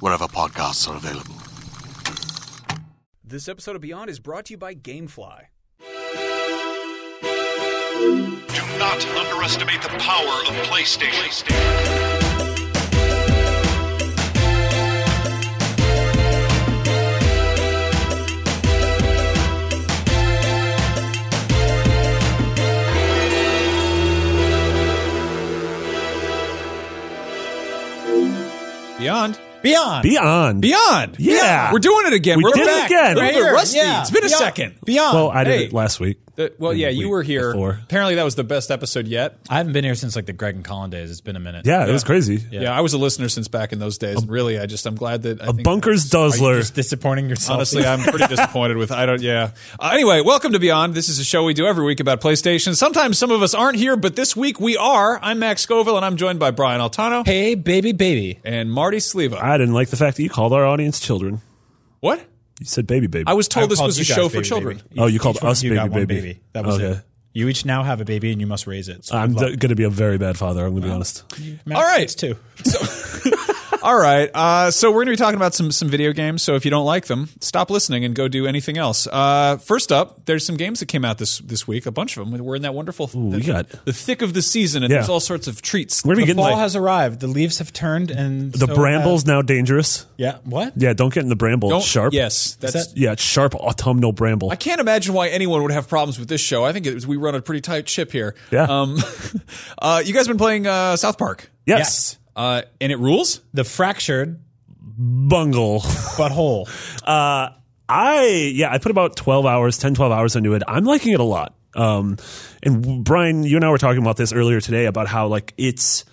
wherever podcasts are available. This episode of Beyond is brought to you by Gamefly. Do not underestimate the power of PlayStation. Beyond. Beyond. Beyond. Beyond. Yeah. We're doing it again. We are did it back. again. Look Right at the here. rusty. Yeah. It's been a Beyond. second. Beyond. Well, I did Hey. it last week. Uh, well, yeah, you week were here. before. Apparently, that was the best episode yet. I haven't been here since like the Greg and Colin days. It's been a minute. Yeah, it was crazy. Yeah. I was a listener since back in those days. and really, I just I'm glad that I A think bunker's You're Duzzler. just disappointing yourself. Honestly, I'm pretty disappointed with I don't. Yeah. Uh, anyway, welcome to Beyond. This is a show we do every week about PlayStation. Sometimes some of us aren't here, but this week we are. I'm Max Scoville, and I'm joined by Brian Altano hey, baby, baby. and Marty Sleva. I didn't like the fact that you called our audience children. what? You said baby baby. I was told I Oh, this called was a you guys show for baby, children. baby. Oh, Each- you called each one us of you baby, got one baby. baby. That was Okay. it. You each now have a baby, and you must raise it. So I'm good luck. going to be a very bad father. I'm going to be honest. Max, All right. it's two. All right. Uh, so we're going to be talking about some some video games. So if you don't like them, stop listening and go do anything else. Uh, first up, there's some games that came out this this week. A bunch of them. We're in that wonderful. the, we got- the thick of the season, and Yeah. there's all sorts of treats. We're gonna be The getting fall like, has arrived. The leaves have turned, and the bramble's now dangerous. yeah. What? Yeah, don't get in the bramble. Don't- It's sharp. Yes, that's. that- Yeah, it's sharp autumnal bramble. I can't imagine why anyone would have problems with this show. I think it was, we run a pretty tight ship here. Yeah. Um, uh, you guys been playing uh, South Park, yes. uh, and it rules. The fractured Bungle. but whole. Uh, I yeah, I put about 12 hours, 10 12 hours into it. I'm liking it a lot. Um and w- Brian, you and I were talking about this earlier today about how like it's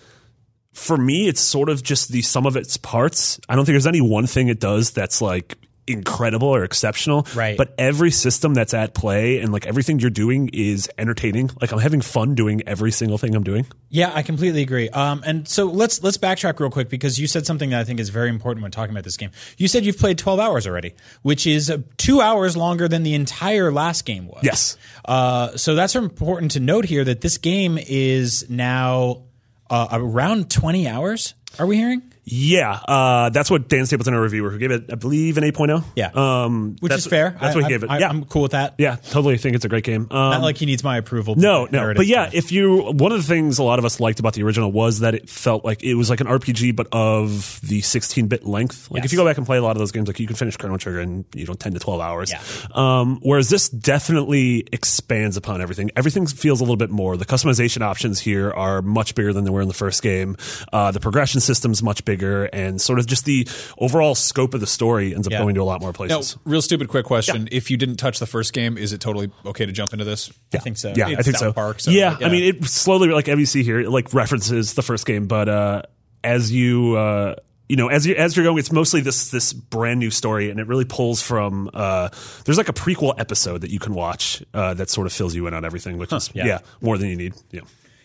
for me it's sort of just the sum of its parts. I don't think there's any one thing it does that's like incredible or exceptional. Right. But every system that's at play and like everything you're doing is entertaining. Like I'm having fun doing every single thing I'm doing. Yeah, I completely agree. Um, and so let's let's backtrack real quick because you said something that I think is very important when talking about this game. You said you've played twelve hours already, which is uh, two hours longer than the entire last game was. Yes. Uh, so that's important to note here that this game is now uh, around twenty hours. Are we hearing? Yeah, uh, that's what Dan Stapleton, our reviewer, who gave it, I believe, an 8.0. Yeah. um, Which that's- is fair. That's I, what I- he gave it. I, yeah, I'm cool with that. Yeah, totally. I think it's a great game. Um, Not like he needs my approval. no, for no, narrative but yeah, stuff. if you one of the things a lot of us liked about the original was that it felt like it was like an RPG, but of the 16-bit length. Like if you go back and play a lot of those games, like you can finish Chrono Trigger in you know 10 to 12 hours. Yeah. Um, whereas this definitely expands upon everything. Everything feels a little bit more. The customization options here are much bigger than they were in the first game. Uh, the progression system's much bigger, and sort of just the overall scope of the story ends up Yeah. going to a lot more Now, places. Oh, real stupid quick question: If you didn't touch the first game, is it totally okay to jump into this? I think so. Yeah, It's I think South so. Park, so, yeah, like, I yeah. mean, it slowly like MVC here, it, like references the first game, but uh, as you uh, you know, as you as you're going, it's mostly this this brand new story, and it really pulls from. Uh, there's like a prequel episode that you can watch uh, that sort of fills you in on everything, which is yeah. yeah. more than you need. Yeah,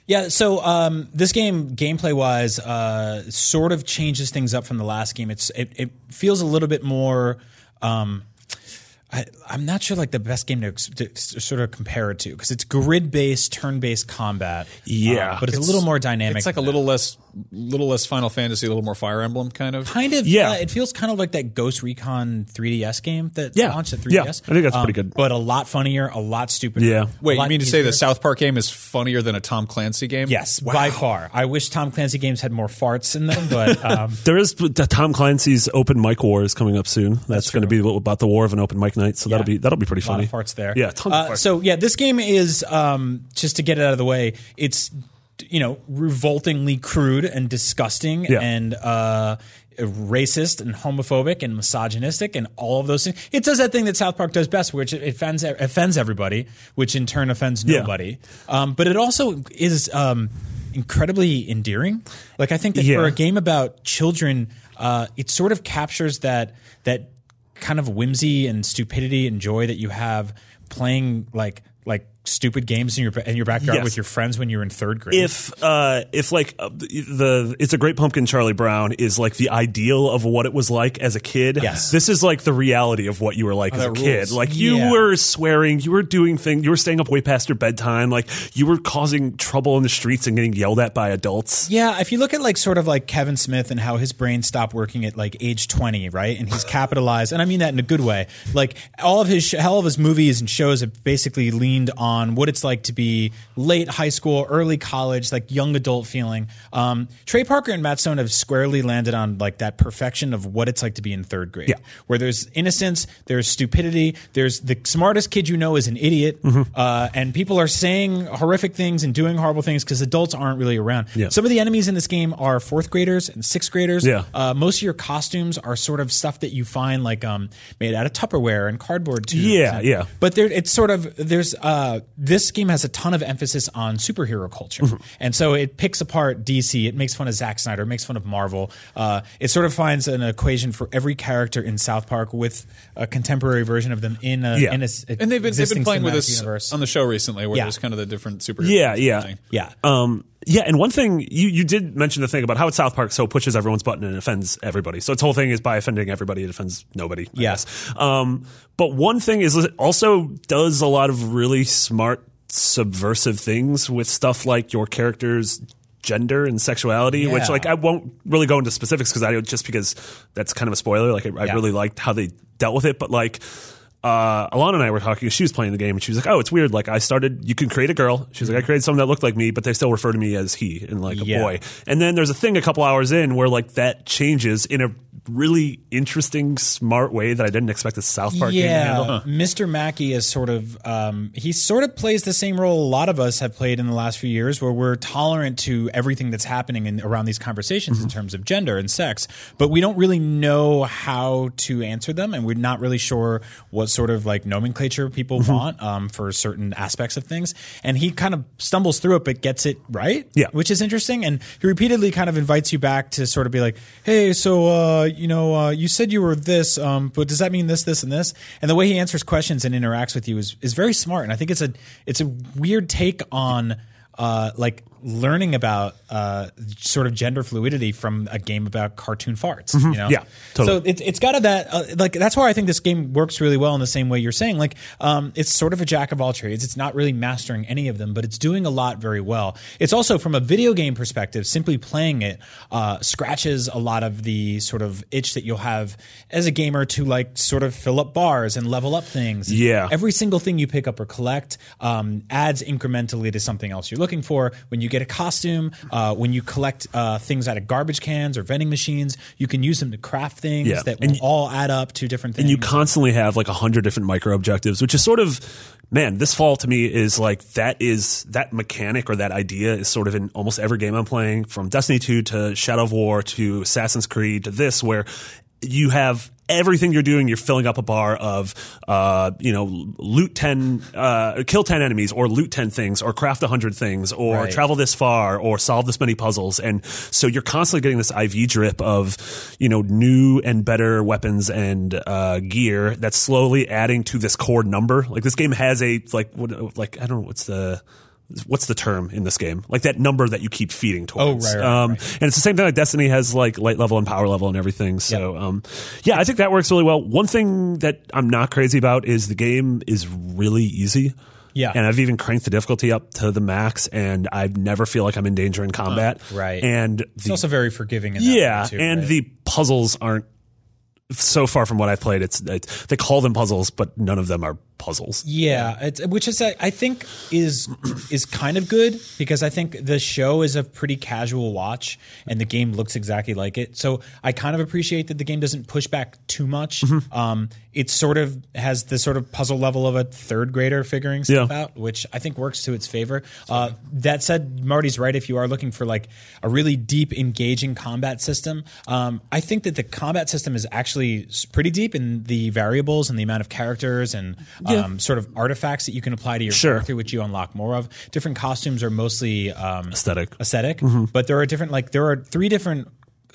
Yeah, so um, this game, gameplay wise, uh, sort of changes things up from the last game. It's it, it feels a little bit more. Um, I, I'm not sure like the best game to, ex- to s- sort of compare it to because it's grid based, turn based combat. Yeah. uh, but it's, a little more dynamic. It's like a than little less little less Final Fantasy, a little more Fire Emblem kind of. Kind of, Yeah. yeah. it feels kind of like that Ghost Recon 3DS game that Yeah. launched at 3DS. Yeah, I think that's pretty good. Um, But a lot funnier, a lot stupider. Yeah. Wait, a lot you mean to say easier. the South Park game is funnier than a Tom Clancy game? Yes, by far. I wish Tom Clancy games had more farts in them, but um, There is uh, Tom Clancy's open mic war is coming up soon. That's, going to be about the war of an open mic night. So that'll be that'll be pretty lot funny. of farts there. Yeah, a ton of Uh, farts. So yeah, this game is um, just to get it out of the way. It's you know revoltingly crude and disgusting Yeah. and uh, racist and homophobic and misogynistic and all of those things. It does that thing that South Park does best, which it offends offends everybody, which in turn offends Yeah. nobody. Um, but it also is. Um, incredibly endearing like i think that Yeah. for a game about children uh, it sort of captures that that kind of whimsy and stupidity and joy that you have playing like like stupid games in your in your backyard Yes. with your friends when you're in third grade. if uh, if like uh, the it's a great pumpkin Charlie Brown is like the ideal of what it was like as a kid. Yes. this is like the reality of what you were like as a Oh, that kid. rules. Like you Yeah. were swearing, you were doing things, you were staying up way past your bedtime. Like you were causing trouble in the streets and getting yelled at by adults. yeah, if you look at like sort of like Kevin Smith and how his brain stopped working at like age 20, right? And he's capitalized, and I mean that in a good way. Like all of his sh- all of his movies and shows have basically leaned on what it's like to be late high school, early college, like young adult feeling. Um, Trey Parker and Matt Stone have squarely landed on like that perfection of what it's like to be in third grade. Yeah. where there's innocence, there's stupidity, there's the smartest kid you know is an idiot, uh, and people are saying horrific things and doing horrible things because adults aren't really around. Some of the enemies in this game are fourth graders and sixth graders. Yeah. Uh, most of your costumes are sort of stuff that you find like um, made out of Tupperware and cardboard tubes. Yeah, And- yeah. But there, it's sort of there's uh, this game has a ton of emphasis on superhero culture, Mm-hmm. and so it picks apart DC. It makes fun of Zack Snyder. It makes fun of Marvel. Uh, it sort of finds an equation for every character in South Park with a contemporary version of them in a, Yeah. in a s- And they've been, they've been existing playing with cinematic um, us universe. on the show recently where Yeah. there's kind of the different superheroes. Yeah, and yeah, everything. yeah. Um, yeah, and one thing you, you did mention the thing about how it's South Park so pushes everyone's button and offends everybody. So its whole thing is by offending everybody, it offends nobody. I Yeah. guess. Um, but one thing is it also does a lot of really smart subversive things with stuff like your character's gender and sexuality, which Yeah. like I won't really go into specifics because I just because that's kind of a spoiler. Like I, I Yeah. really liked how they dealt with it, but like uh, Alana and I were talking. She was playing the game, and she was like, "Oh, it's weird. Like I started. You can create a girl. She's like, I created someone that looked like me, but they still refer to me as he and like a Mm-hmm. Yeah. boy. And then there's a thing a couple hours in where like that changes in a really interesting, smart way that I didn't expect a South Park game to handle. Yeah, Mr. Mackey is sort of um, he sort of plays the same role a lot of us have played in the last few years, where we're tolerant to everything that's happening in, around these conversations in terms of gender and sex, but we don't really know how to answer them, and we're not really sure what sort of like nomenclature people want um, for certain aspects of things. And he kind of stumbles through it, but gets it right, Yeah. which is interesting. And he repeatedly kind of invites you back to sort of be like, hey, so, uh, you know, uh, you said you were this, um, but does that mean this, this, and this? And the way he answers questions and interacts with you is, is very smart. And I think it's a, it's a weird take on uh, like learning about uh, sort of gender fluidity from a game about cartoon farts. You know? Mm-hmm. Yeah, totally. So it, it's got of that uh, like that's why I think this game works really well in the same way you're saying. Like um, it's sort of a jack of all trades. It's not really mastering any of them, but it's doing a lot very well. It's also from a video game perspective, simply playing it uh, scratches a lot of the sort of itch that you'll have as a gamer to like sort of fill up bars and level up things. Yeah. every single thing you pick up or collect um, adds incrementally to something else you're looking for. When you get a costume, uh, when you collect uh, things out of garbage cans or vending machines, you can use them to craft things Yeah. that And will you- all add up to different things. and you constantly have like a hundred different micro objectives, which is sort of man, this fall to me is like that is that mechanic or that idea is sort of in almost every game I'm playing, from Destiny two to Shadow of War to Assassin's Creed to this, where you have everything you're doing you're filling up a bar of uh, you know loot 10 uh, kill 10 enemies or loot 10 things or craft 100 things or Right. travel travel this far or solve this many puzzles. And so you're constantly getting this IV drip of, you know, new and better weapons and uh, gear that's slowly adding to this core number. Like this game has a like what like I don't know what's the what's the term in this game like that number that you keep feeding towards Oh, right, right, um and it's the same thing like destiny has like light level and power level and everything so um yeah i think that works really well one thing that i'm not crazy about is the game is really easy Yeah. And I've even cranked the difficulty up to the max, and I never feel like I'm in danger in combat. right. And the It's also very forgiving. In that yeah, way, too, and right? the puzzles aren't so far from what I've played. It's, it's they call them puzzles, but none of them are puzzles. Yeah, it's, which is I I think is is kind of good because I think the show is a pretty casual watch and the game looks exactly like it. So I kind of appreciate that the game doesn't push back too much. Mm-hmm. Um, it sort of has the sort of puzzle level of a third grader figuring stuff Yeah. out, which I think works to its favor. Uh, that said, Marty's right. If you are looking for like a really deep, engaging combat system, um, I think that the combat system is actually s- pretty deep in the variables and the amount of characters and um, sort of artifacts that you can apply to your Sure. character, which you unlock more of. Different costumes are mostly um, Aesthetic. Mm-hmm. aesthetic, but there are different like there are three different.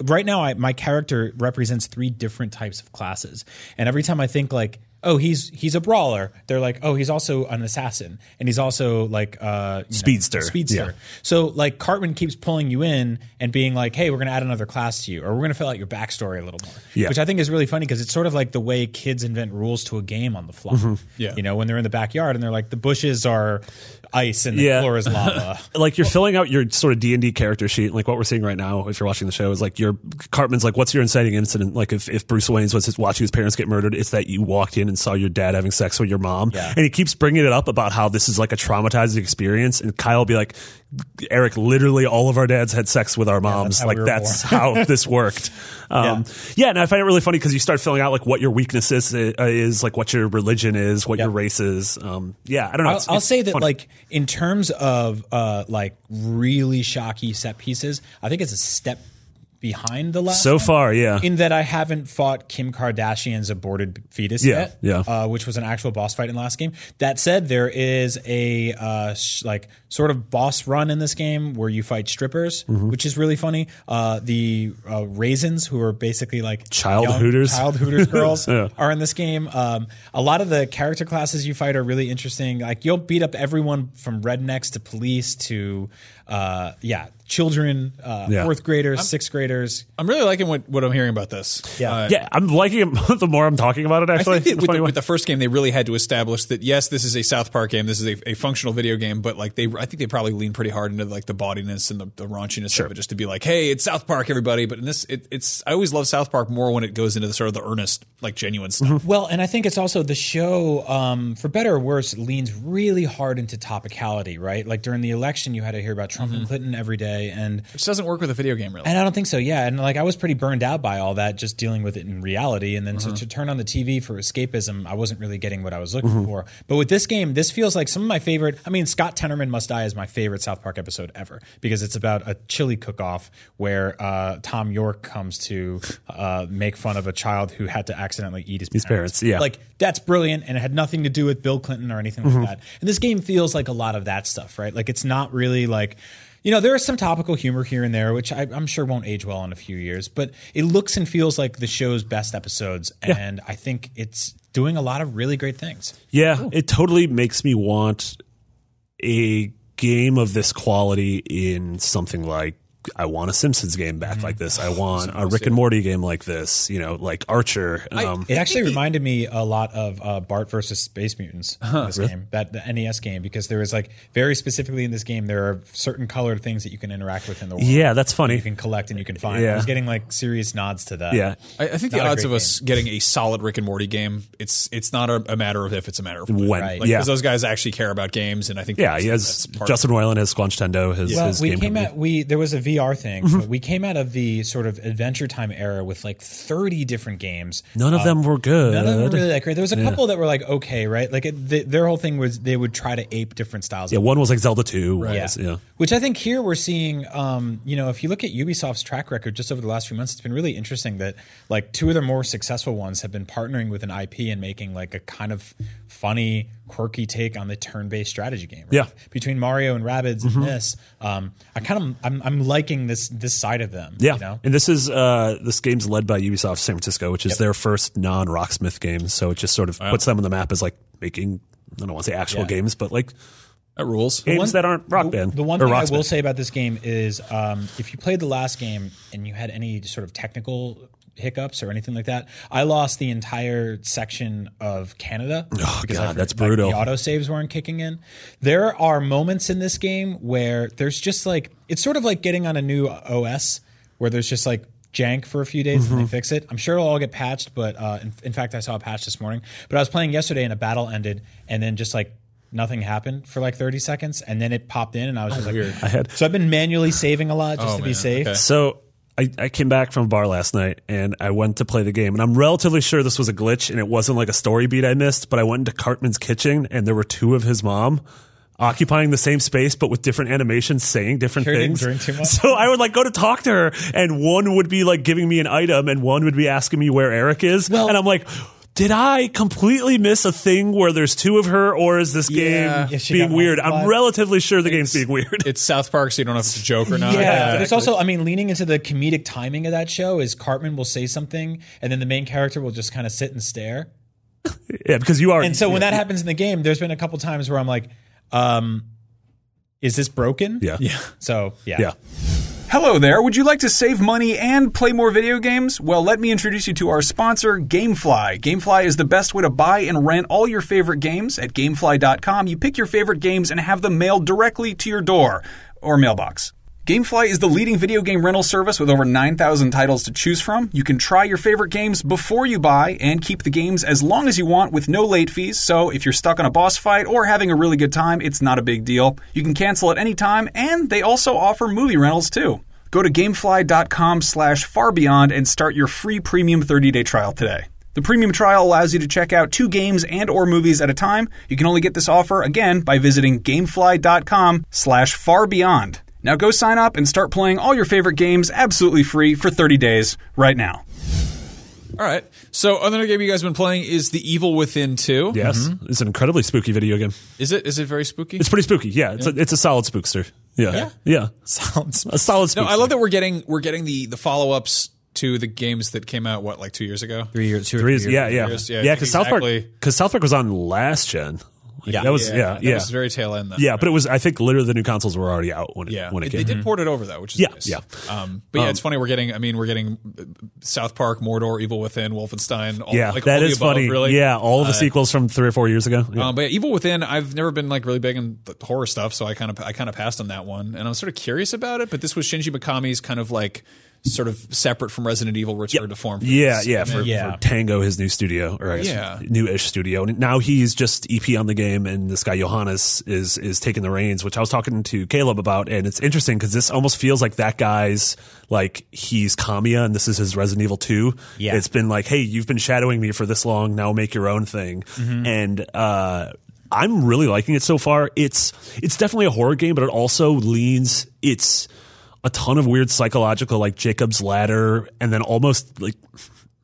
Right now, I, my character represents three different types of classes, and every time I think like, oh, he's he's a brawler, they're like, oh, he's also an assassin, and he's also like uh, you know, Speedster. a speedster. Yeah. So like Cartman keeps pulling you in and being like, hey, we're gonna add another class to you, or we're gonna fill out your backstory a little more, Yeah. which I think is really funny because it's sort of like the way kids invent rules to a game on the fly. Mm-hmm. Yeah. you know, when they're in the backyard and they're like, the bushes are ice and the Yeah. floor is lava. Like you're filling out your sort of D and D character sheet. Like what we're seeing right now, if you're watching the show, is like your Cartman's like, "What's your inciting incident?" Like if, if Bruce Wayne's was his, watching his parents get murdered, it's that you walked in and saw your dad having sex with your mom, Yeah. and he keeps bringing it up about how this is like a traumatizing experience. And Kyle will be like, "Eric, literally all of our dads had sex with our moms. how we like were that's how this worked." Um, yeah. and I find it really funny because you start filling out like what your weakness is, uh, is like what your religion is, what Yeah. your race is. Um, yeah, I don't know. I'll, It's- I'll it's say that, funny. like, in terms of uh, like really shocky set pieces, I think it's a step behind the last. so one, far, yeah. in that I haven't fought Kim Kardashian's aborted fetus Yeah, yet, yeah. Uh, which was an actual boss fight in the last game. That said, there is a uh, sh- like sort of boss run in this game where you fight strippers, Mm-hmm. which is really funny. Uh, the uh, raisins, who are basically like Child hooters. child Hooters girls Yeah. are in this game. Um, a lot of the character classes you fight are really interesting. Like you'll beat up everyone from rednecks to police to uh, yeah, children, uh, Yeah. fourth graders, sixth graders. I'm really liking what, what I'm hearing about this. Yeah. Yeah, I'm liking it the more I'm talking about it. I Actually, think that It's with funny the, why- with the first game, they really had to establish that yes, this is a South Park game. This is a, a functional video game, but like they, I think they probably lean pretty hard into like the bawdiness and the, the raunchiness of it, just to be like, hey, it's South Park, everybody. But in this, it, it's I always love South Park more when it goes into the sort of the earnest, like genuine stuff. Well, and I think it's also the show, um, for better or worse, leans really hard into topicality, right? Like during the election, you had to hear about Trump and Clinton every day, and Which doesn't work with a video game, really. And I don't think so. Yeah, and like I was pretty burned out by all that, just dealing with it in reality. And then to, to turn on the TV for escapism, I wasn't really getting what I was looking for. But with this game, this feels like some of my favorite. I mean, Scott Tenorman Must Die is my favorite South Park episode ever because it's about a chili cook-off where uh, Tom York comes to uh, make fun of a child who had to accidentally eat his his parents, yeah. Like that's brilliant and it had nothing to do with Bill Clinton or anything Mm-hmm. like that. And this game feels like a lot of that stuff, right? Like it's not really like you know, there is some topical humor here and there, which I, I'm sure won't age well in a few years, but it looks and feels like the show's best episodes. And I think it's doing a lot of really great things. yeah, it totally makes me want a game of this quality in something like I want a Simpsons game back like this. I want a Rick and Morty game like this. You know, like Archer. Um, It actually reminded me a lot of uh, Bart versus Space Mutants. Uh-huh. this game, that the NES game, because there is like very specifically in this game, there are certain colored things that you can interact with in the world. yeah, that's you funny. can collect and you can find. Yeah. I was getting like serious nods to that. Yeah, I, I think Not the a odds great of us getting a solid Rick and Morty game, it's it's not a, a matter of if, it's a matter of when. When, Like, Right. yeah. 'cause those guys actually care about games, and I think yeah. that's- He that's has part of Justin Roiland has Squanch Tendo. His, Well, his we game Mm-hmm. came company. out. We there was a VR thing. But we came out of the sort of Adventure Time era with like thirty different games. None of them were good. None of them were really that great. There was a couple that were like okay, right? Like it, th their whole thing was they would try to ape different styles. yeah, of one was like Zelda Two. one yeah. was- yeah. Which I think here we're seeing, um, you know, if you look at Ubisoft's track record just over the last few months, it's been really interesting that like two of their more successful ones have been partnering with an IP and making like a kind of funny, quirky take on the turn-based strategy game. right? Yeah. Mm-hmm. Between Mario and Rabbids and this, um, I kind of I'm, I'm liking this this side of them. Yeah, You know? and this is uh, this game's led by Ubisoft San Francisco, which is their first non Rocksmith game. So it just sort of puts them on the map as like making I don't want to say actual Yeah. games, but like that rules. games one- that aren't Rock Band. The one or thing I Rocksmith. will say about this game is um, if you played the last game and you had any sort of technical hiccups or anything like that. I lost the entire section of Canada Oh, because I God, that's forgot- like, brutal. the auto saves weren't kicking in. There are moments in this game where there's just like it's sort of like getting on a new OS where there's just like jank for a few days Mm-hmm. and they fix it. I'm sure it'll all get patched, but uh, in, in fact, I saw a patch this morning. But I was playing yesterday and a battle ended, and then just like nothing happened for like 30 seconds, and then it popped in, and I was just like, I had so I've been manually saving a lot just Oh, to be man, safe. okay. So I, I came back from a bar last night and I went to play the game. And I'm relatively sure this was a glitch and it wasn't like a story beat I missed, but I went into Cartman's kitchen and there were two of his mom occupying the same space but with different animations saying different Sure didn't things. drink too much. So I would like go to talk to her and one would be like giving me an item and one would be asking me where Eric is. Well- and I'm like did I completely miss a thing where there's two of her, or is this Yeah. game Yeah, she being got weird? I'm multiplied. relatively sure the game's being weird. It's South Park, so you don't know if it's a joke or not. Yeah, there's also, I mean, leaning into the comedic timing of that show is Cartman will say something, and then the main character will just kind of sit and stare. yeah, because you are. And so when that happens in the game, there's been a couple times where I'm like, um, "Is this broken?" yeah, yeah, So yeah, yeah. Hello there. Would you like to save money and play more video games? Well, let me introduce you to our sponsor, Gamefly. Gamefly is the best way to buy and rent all your favorite games. At gamefly.com, you pick your favorite games and have them mailed directly to your door or mailbox. Gamefly is the leading video game rental service with over 9,000 titles to choose from. You can try your favorite games before you buy and keep the games as long as you want with no late fees. So, if you're stuck on a boss fight or having a really good time, it's not a big deal. You can cancel at any time, and they also offer movie rentals too. Go to gamefly.com slash farbeyond and start your free premium 30-day trial today. The premium trial allows you to check out two games and or movies at a time. You can only get this offer again by visiting gamefly.com slash farbeyond. Now go sign up and start playing all your favorite games absolutely free for 30 days right now. All right. So another game you guys have been playing is The Evil Within 2. Yes, Mm-hmm. it's an incredibly spooky video game. Is it is it very spooky? It's pretty spooky. Yeah, it's a it's a solid spookster. Yeah, yeah, sounds a solid spookster. No, I love that we're getting we're getting the the follow-ups to the games that came out what like 2 years ago. three years, two or Three is- yeah, yeah, years, yeah, yeah, I yeah. think Because South Park, exactly- because South Park was on last gen. Like, Yeah. that was yeah, yeah, that yeah. was very tail end though. but it was I think literally the new consoles were already out when it, Yeah, when it they came. did port it over though, which is Yeah, nice. yeah. Um, but yeah, it's funny. We're getting, I mean, we're getting uh, South Park, Mordor, Evil Within, Wolfenstein. All, Yeah, like, all that the is above, funny. Really, Uh, Yeah, all of the sequels from three or four years ago. Yeah. Um, but yeah, Evil Within, I've never been like really big in the horror stuff, so I kind of I kind of passed on that one, and I'm sort of curious about it. But this was Shinji Mikami's kind of like sort of separate from Resident Evil return to form. for yeah, this. yeah, for, Yeah. for Tango, his new studio, or I guess Yeah. new-ish studio. And now he's just EP on the game, and this guy Johannes is is taking the reins, which I was talking to Caleb about, and it's interesting because this almost feels like that guy's like he's Kamiya, and this is his Resident Evil Two. Yeah. it's been like, hey, you've been shadowing me for this long, now make your own thing, Mm-hmm. and. uh I'm really liking it so far. It's it's definitely a horror game, but it also leans it's a ton of weird psychological like Jacob's ladder and then almost like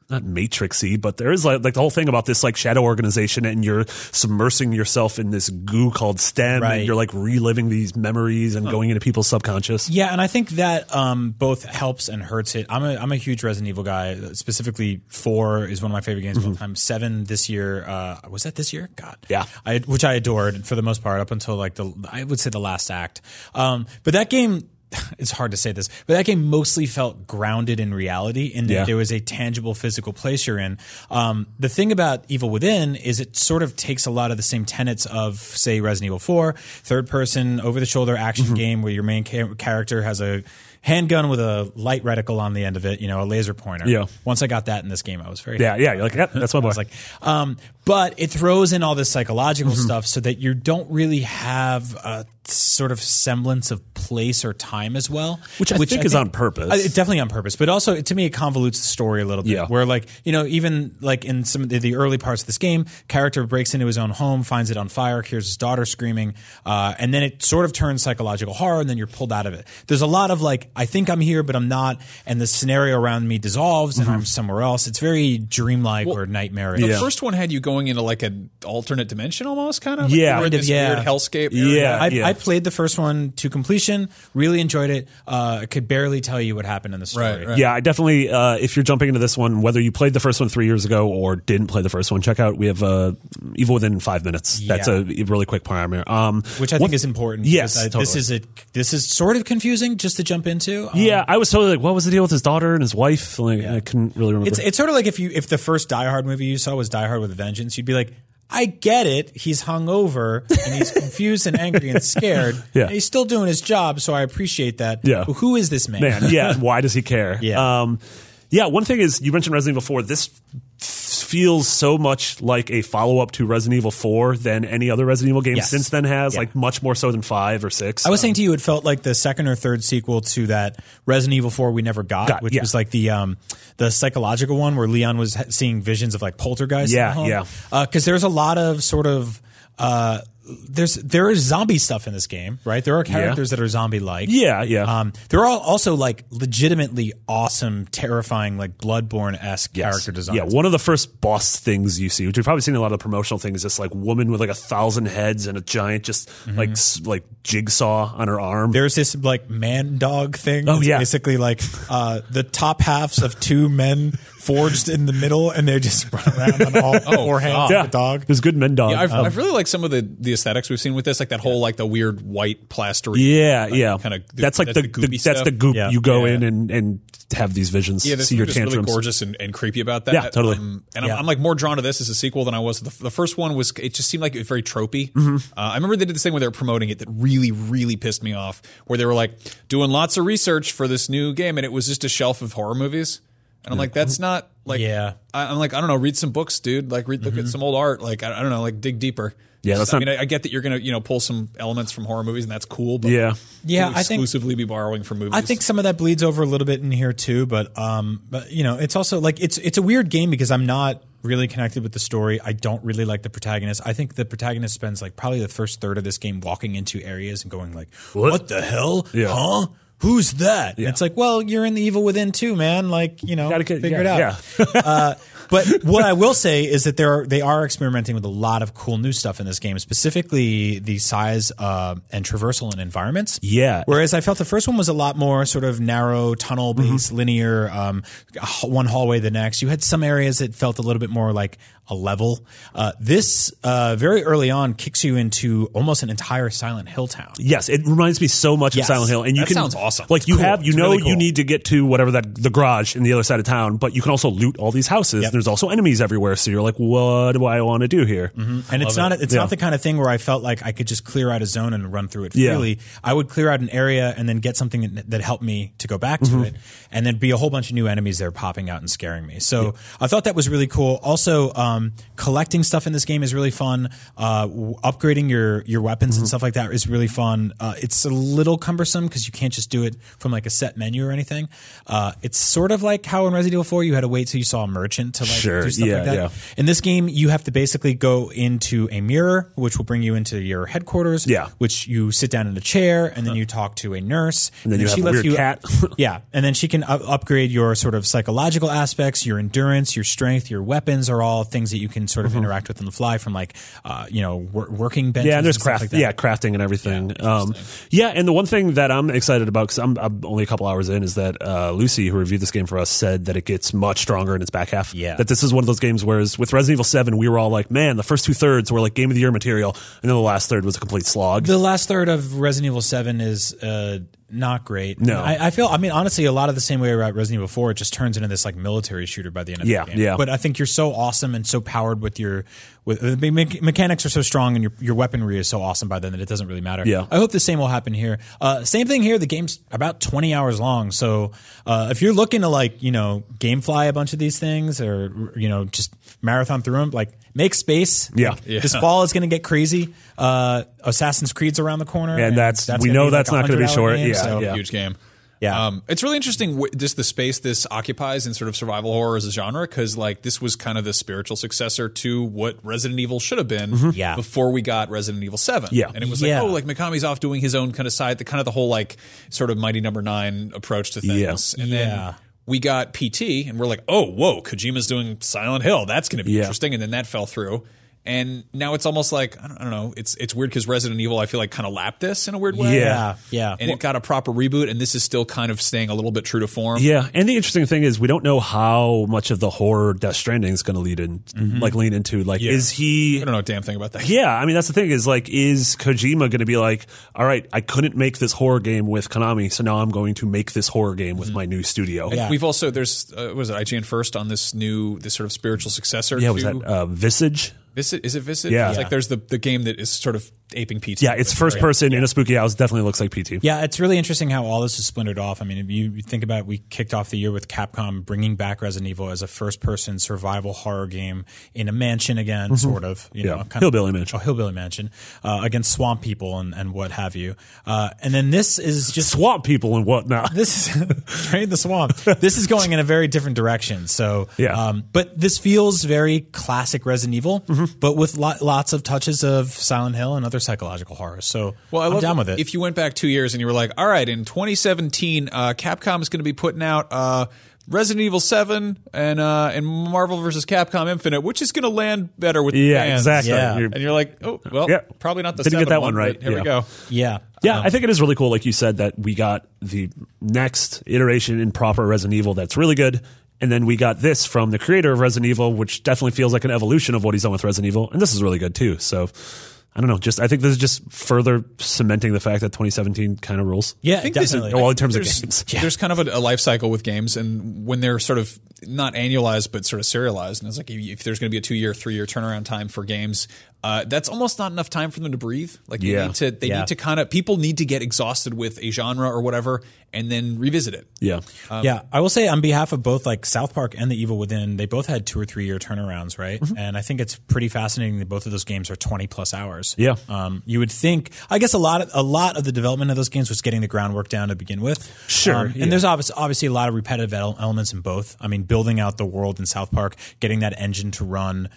not matrixy, but there is like, like the whole thing about this like shadow organization and you're submersing yourself in this goo called STEM Right. and you're like reliving these memories and going into people's subconscious. Yeah, and I think that um, both helps and hurts it. I'm a I'm a huge Resident Evil guy. Specifically, four is one of my favorite games of all time. Seven this year uh, was that this year? God, Mm-hmm. Yeah. I, which I adored for the most part up until like the I would say the last act. Um, but that game. It's hard to say this, but that game mostly felt grounded in reality in that Yeah. there was a tangible physical place you're in. Um, the thing about Evil Within is it sort of takes a lot of the same tenets of, say, Resident Evil 4, third person, over the shoulder action Mm-hmm. game where your main ca- character has a handgun with a light reticle on the end of it, you know, a laser pointer. Yeah. Once I got that in this game, I was very Yeah, yeah. You're like, yeah, that's my boy. Mm-hmm. I was like, um, but it throws in all this psychological stuff so that you don't really have a sort of semblance of place or time as well, Which I think is on purpose. Uh, It's definitely on purpose, but also to me it convolutes the story a little bit. Yeah. Where like you know even like in some of the, the early parts of this game, character breaks into his own home, finds it on fire, hears his daughter screaming, uh, and then it sort of turns psychological horror, and then you're pulled out of it. There's a lot of like I think I'm here, but I'm not, and the scenario around me dissolves, and I'm somewhere else. It's very dreamlike or nightmarish. The first one had you going into like an alternate dimension almost, kind of. Like, Yeah. you were in Kind of, this yeah. weird hellscape. Yeah, I, yeah. I played the first one to completion, really enjoyed it. Uh, I could barely tell you what happened in the story. Right, right. yeah, I definitely. Uh, if you're jumping into this one, whether you played the first one three years ago or didn't play the first one, check out. We have uh, Evil Within five minutes. That's Yeah. a really quick primer. Um, Which I one- think is important. Yes, because I- totally. this is a this is sort of confusing just to jump into into. Um, Yeah, I was totally like, what was the deal with his daughter and his wife? Like, I couldn't really remember. It's it's sort of like if you if the first Die Hard movie you saw was Die Hard with a Vengeance, you'd be like, I get it. He's hungover and he's confused and angry and scared. Yeah. and he's still doing his job, so I appreciate that. Yeah. But who is this man? man. Yeah, why does he care? Yeah. Um, yeah, one thing is you mentioned Resident Evil 4. This f- feels so much like a follow up to Resident Evil 4 than any other Resident Evil game Yes. since then has, like much more so than 5 or 6. I was saying to you, it felt like the second or third sequel to that Resident Evil Four we never got, Got, which yeah. was like the um, the psychological one where Leon was ha- seeing visions of like poltergeists. Yeah, in the home. yeah. Because there's a lot of sort of uh, there's there is zombie stuff in this game, right? There are characters that are zombie like. yeah, yeah. Um, they're all also like legitimately awesome, terrifying, like Bloodborne esque character designs. Yeah, one of the first boss things you see, which you've probably seen in a lot of the promotional things, is this like woman with like a thousand heads and a giant just Mm-hmm. like s- like jigsaw on her arm. There's this like man dog thing. Oh, It's yeah. basically like uh, the top halves of two men forged in the middle, and they just run around on all Oh, four hands yeah, like a dog. There's good men dog. Yeah, I've, I've really liked some of the, the aesthetics we've seen with this, like that whole like the weird white plaster. yeah, yeah. kinda the- that's like that's the, the, the goopy that's the stuff. goop. Yeah. You go Yeah. in and and have these visions, Yeah, this see your was really tantrums. gorgeous and, and creepy about that. Um, Yeah, totally. and I'm, Yeah. I'm like more drawn to this as a sequel than I was to the, the first one. Was it just seemed like it was very tropey? Mm-hmm. Uh, I remember they did this thing where they were promoting it that really, really pissed me off. Where they were like doing lots of research for this new game, and it was just a shelf of horror movies. And I'm like, Mm-hmm. that's not like. Yeah. I, I'm like, I don't know. Read some books, dude. Like, read, look at some old art. Like, I, I don't know. Like, dig deeper. Mm-hmm. Yeah, Just- that's I not- mean, I, I get that you're gonna, you know, pull some elements from horror movies, and that's cool. But Yeah. Yeah, to I think- exclusively be borrowing from movies. I think some of that bleeds over a little bit in here too, but um, but you know, it's also like it's it's a weird game because I'm not really connected with the story. I don't really like the protagonist. I think the protagonist spends like probably the first third of this game walking into areas and going like, "What, the hell? Yeah. Huh? Who's that?" And it's like, "Well, you're in the Evil Within too, man. Like, you know, Gotta get- figure yeah, it out." uh, but what I will say is that there are, they are experimenting with a lot of cool new stuff in this game, specifically the size uh, and traversal and environments. Yeah. Whereas I felt the first one was a lot more sort of narrow, tunnel based, linear, um, h- one hallway the next. You had some areas that felt a little bit more like a level. Uh, this uh, very early on kicks you into almost an entire Silent Hill town. Yes, it reminds me so much Yes. of Silent Hill, and you That can sounds awesome. Like you cool. have, you It's know, really you cool. need to get to whatever that the garage in the other side of town, but you can also loot all these houses. Yep. There's also enemies everywhere, so you're like, what do I want to do here? Mm-hmm. and it's not it's Yeah. not the kind of thing where I felt like I could just clear out a zone and run through it Yeah. freely. I would clear out an area and then get something that, that helped me to go back Mm-hmm. to it, and then be a whole bunch of new enemies there popping out and scaring me. So I thought that was really cool. Also, um, collecting stuff in this game is really fun. Uh, w- upgrading your your weapons Mm-hmm. and stuff like that is really fun. Uh, it's a little cumbersome because you can't just do it from like a set menu or anything. Uh, it's sort of like how in Resident Evil Four you had to wait till you saw a merchant to like Sure. do stuff Yeah, like that. yeah. In this game, you have to basically go into a mirror, which will bring you into your headquarters. Yeah. Which you sit down in a chair, and then you talk to a nurse, And then you have a weird cat. yeah, and then she can u- upgrade your sort of psychological aspects, your endurance, your strength, your weapons are all things that you can sort of interact with on the fly from like, uh, you know, wor- working benches. Mm-hmm. Yeah, and there's stuff craft, Like that. yeah, crafting and everything. Yeah, um, yeah, and the one thing that I'm excited about because I'm, I'm only a couple hours in is that uh, Lucy, who reviewed this game for us, said that it gets much stronger in its back half. Yeah. that this is one of those games. Whereas with Resident Evil Seven, we were all like, man, the first two thirds were like game of the year material, and then the last third was a complete slog. The last third of Resident Evil Seven is uh, not great. No. I, I feel. I mean, honestly, a lot of the same way about Resident Evil Four. It just turns into this like military shooter by the end of Yeah, the game. yeah. But I think you're so awesome and so powered with your with the me- me- mechanics are so strong and your your weaponry is so awesome by then that it doesn't really matter. Yeah. I hope the same will happen here. Uh, same thing here. The game's about 20 hours long, so uh, if you're looking to like you know gamefly a bunch of these things or you know just marathon through them, like make space. Yeah. Like, Yeah. This fall is going to get crazy. Uh, Assassin's Creed's around the corner And that's- we gonna know be that's a not gonna be 100 short. hour game, Yeah, so- yeah. huge game. Yeah. um, it's really interesting wh- just the space this occupies in sort of survival horror as a genre because like this was kind of the spiritual successor to what Resident Evil should have been Yeah. before we got Resident Evil Seven. Yeah. and it was Yeah. like oh like Mikami's off doing his own kind of side the kind of the whole like sort of Mighty Number Nine approach to things. Yeah. and Yeah. then we got PT and we're like oh whoa Kojima's doing Silent Hill that's going to be Yeah. interesting and then that fell through. And now it's almost like I don't, I don't know. It's it's weird because Resident Evil I feel like kind of lapped this in a weird way. Yeah. Yeah. And it got a proper reboot, and this is still kind of staying a little bit true to form. Yeah, and the interesting thing is we don't know how much of the horror Death Stranding is going to lead in, Mm-hmm. like lean into. Like, is I he? don't know a damn thing about that. Yeah, I mean that's the thing is like, is Kojima going to be like, all right, I couldn't make this horror game with Konami, so now I'm going to make this horror game with my new studio. Yeah. We've also there's uh, was it IGN first on this new this sort of spiritual successor. yeah. Was to that uh, Visage? Visit? Is it Visit? Yeah. It's like there's the, the game that is sort of aping PT. Yeah, it's first person in a spooky house. Definitely looks like PT. Yeah, it's really interesting how all this is splintered off. I mean, if you think about it, we kicked off the year with Capcom bringing back Resident Evil as a first-person survival horror game in a mansion again, sort of. You Mm-hmm. Yeah, know, kind of- hillbilly mansion. A hillbilly mansion uh, against swamp people and, and what have you. Uh, and then this is just Swamp people and whatnot. this is drain the swamp. This is going in a very different direction. So, um, Yeah. but this feels very classic Resident Evil, Mm-hmm. but with lo- lots of touches of Silent Hill and other psychological horror. So, Well, I I'm love down with it. If you went back two years and you were like, all right, in 2017, uh, Capcom is going to be putting out uh, Resident Evil 7 and uh, and Marvel vs. Capcom Infinite, which is going to land better with Yeah, fans. exactly. Yeah. You're- And you're like, oh, well, Yeah. probably not the Didn't get 7 that one right. but Here we Yeah. go. yeah, Yeah, I think it is really cool, like you said, that we got the next iteration in proper Resident Evil that's really good. And then we got this from the creator of Resident Evil, which definitely feels like an evolution of what he's done with Resident Evil. And this is really good too. So I don't know. Just I think this is just further cementing the fact that 2017 kind of rules. yeah, I think this is- definitely. Well, in terms of There's- games. There's kind of a, a life cycle with games, and when they're sort of not annualized but sort of serialized, and it's like if, if there's going to be a two year, three year turnaround time for games, uh, that's almost not enough time for them to breathe. Like they Yeah. need to, they Yeah. need to kind of people need to get exhausted with a genre or whatever, and then revisit it. Yeah. yeah, I will say on behalf of both like South Park and The Evil Within, they both had two or three year turnarounds, right? Mm-hmm. And I think it's pretty fascinating that both of those games are twenty plus hours. Yeah. um, you would think. I guess a lot of a lot of the development of those games was getting the groundwork down to begin with. Um, Sure, and yeah. there's obviously obviously a lot of repetitive ele- elements in both. I mean, building out the world in South Park, getting that engine to run.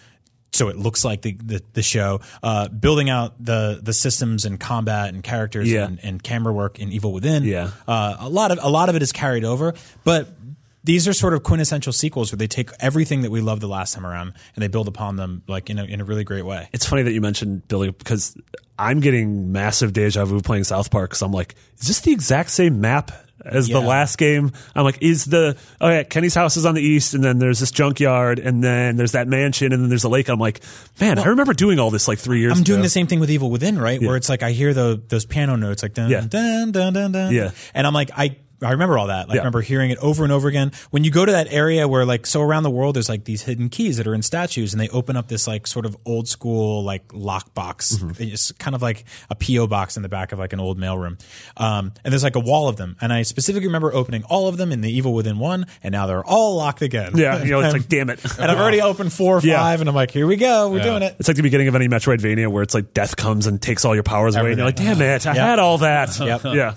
So it looks like the the, the show, uh, building out the the systems and combat and characters Yeah. and, and camera work in Evil Within. Yeah. Uh, a lot of a lot of it is carried over, but these are sort of quintessential sequels where they take everything that we loved the last time around and they build upon them like in a, in a really great way. It's funny that you mentioned Billy because I'm getting massive deja vu playing South Park because I'm like, is this the exact same map as the Yeah. last game? I'm like, is the oh yeah, Kenny's house is on the east, and then there's this junkyard, and then there's that mansion, and then there's a lake. I'm like, man, I remember doing all this like three years. I'm doing ago. the same thing with Evil Within, right? Where it's like I hear the those piano notes like dun Yeah. dun dun dun dun. Yeah. And I'm like I I remember all that. Like, Yeah. I remember hearing it over and over again. When you go to that area where like so around the world there's like these hidden keys that are in statues and they open up this like sort of old school like lock box. Mm-hmm. It's kind of like a PO box in the back of like an old mailroom. Um, and there's like a wall of them. And I specifically remember opening all of them in the Evil Within one and now they're all locked again. Yeah, you know, it's like, damn it. And I've already opened four or five Yeah. and I'm like, here we go, we're doing it. It's like the beginning of any Metroidvania where it's like death comes and takes all your powers away, and you're like, damn it, I Yeah. had all that. Yep. Yeah.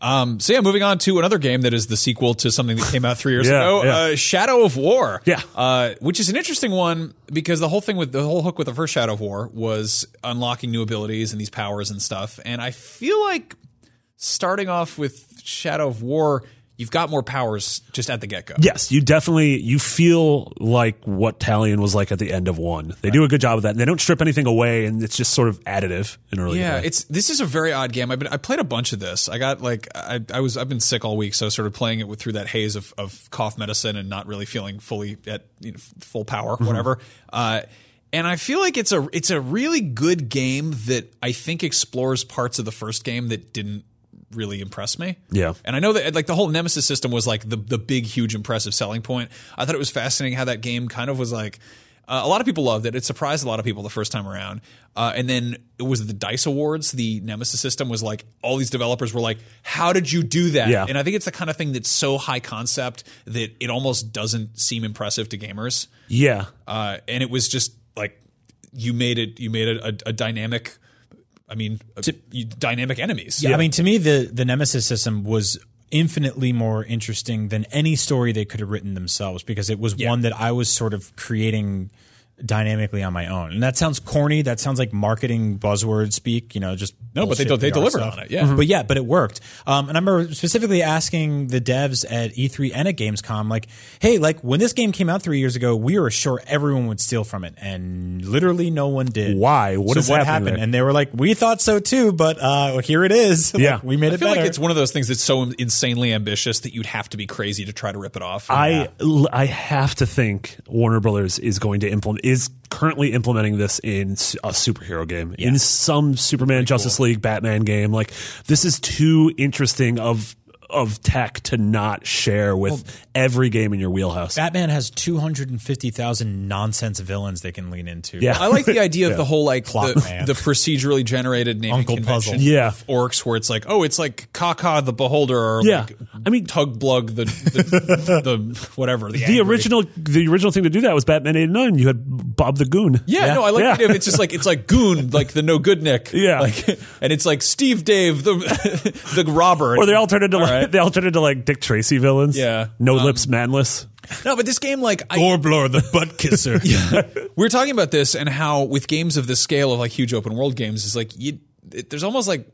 Um, so yeah, moving on to another game that is the sequel to something that came out three years Yeah, ago, yeah. Uh, Shadow of War. Yeah. uh, which is an interesting one because the whole thing with the whole hook with the first Shadow of War was unlocking new abilities and these powers and stuff. And I feel like starting off with Shadow of War, you've got more powers just at the get go. Yes, you definitely you feel like what Talion was like at the end of one. They do a good job of that. And they don't strip anything away, and it's just sort of additive in a really Yeah, good way. it's this is a very odd game. I've been I played a bunch of this. I got like I, I was I've been sick all week, so I was sort of playing it with, through that haze of, of cough medicine and not really feeling fully at you know, full power, Mm-hmm. whatever. Uh, and I feel like it's a it's a really good game that I think explores parts of the first game that didn't really impress me. Yeah. And I know that like the whole Nemesis system was like the the big huge impressive selling point. I thought it was fascinating how that game kind of was like uh, a lot of people loved it. It surprised a lot of people the first time around. Uh, and then it was the Dice Awards. The Nemesis system was like all these developers were like, "How did you do that?" Yeah. And I think it's the kind of thing that's so high concept that it almost doesn't seem impressive to gamers. yeah. Uh, and it was just like you made it. You made it a, a dynamic. I mean, a- you, dynamic enemies. I mean, to me, the the Nemesis system was infinitely more interesting than any story they could have written themselves because it was one that I was sort of creating dynamically on my own. And that sounds corny. That sounds like marketing buzzword speak. You know, just No, but they bullshit del- they PR delivered stuff. on it, yeah. but yeah, but it worked. Um, and I remember specifically asking the devs at E3 and at Gamescom, like, hey, like when this game came out three years ago, we were sure everyone would steal from it, and literally no one did. Why? What so is what happening happened? there? And they were like, we thought so too, but uh, here it is. Like, Yeah. we made it I feel better. like it's one of those things that's so insanely ambitious that you'd have to be crazy to try to rip it off. I l- I have to think Warner Brothers is going to implement is currently implementing this in s- a superhero game in some Superman Justice League Batman game. Like this is too interesting of of tech to not share with every game in your wheelhouse. Batman has 250,000 nonsense villains they can lean into. yeah, I like the idea of the whole like Clock the, man. the procedurally generated naming Uncle convention Puzzle. Yeah. of orcs, where it's like, oh, it's like Kaka the Beholder, or Yeah. like I mean- Tug Blug the the, the whatever the, the angry- original the original thing to do that was Batman '89. You had Bob the Goon. Yeah, no, I like Yeah. the idea of it's just like it's like Goon, like the no good Nick, Yeah. like, and it's like Steve Dave the the robber, Or they all turned into like, right. they all turned into like Dick Tracy villains. Yeah. Um, no lips, manless. no, but this game like I, Gorbler the butt kisser. we were talking about this and how with games of the scale of like huge open world games is like you it, there's almost like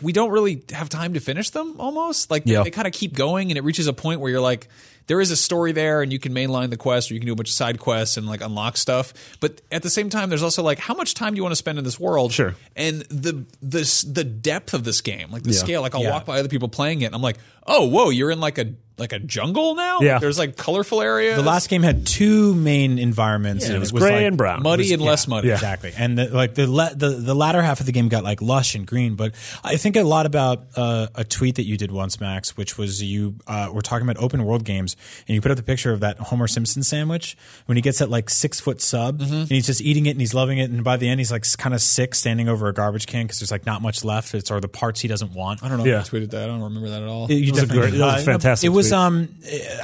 we don't really have time to finish them almost like they- Yeah. they kind of keep going and it reaches a point where you're like there is a story there and you can mainline the quest or you can do a bunch of side quests and like unlock stuff but at the same time there's also like how much time do you want to spend in this world Sure. and the this the depth of this game like the scale like i'll Yeah. walk by other people playing it and i'm like oh whoa you're in like a like a jungle now Yeah. there's like colorful areas The last game had two main environments. and it was, was gray like- and brown. muddy and less muddy Yeah. Exactly, and the, like the, la- the the latter half of the game got like lush and green, but I think a lot about uh, a tweet that you did once, Max, which was you uh, were talking about open world games, and you put up the picture of that Homer Simpson sandwich when he gets that like six foot sub, Mm-hmm. and he's just eating it and he's loving it, and by the end he's like kind of sick, standing over a garbage can because there's like not much left, it's or the parts he doesn't want. I don't know Yeah. if I tweeted that. I don't remember that at all. You was a definitely- great- that was a uh, fantastic It was. tweet. Um,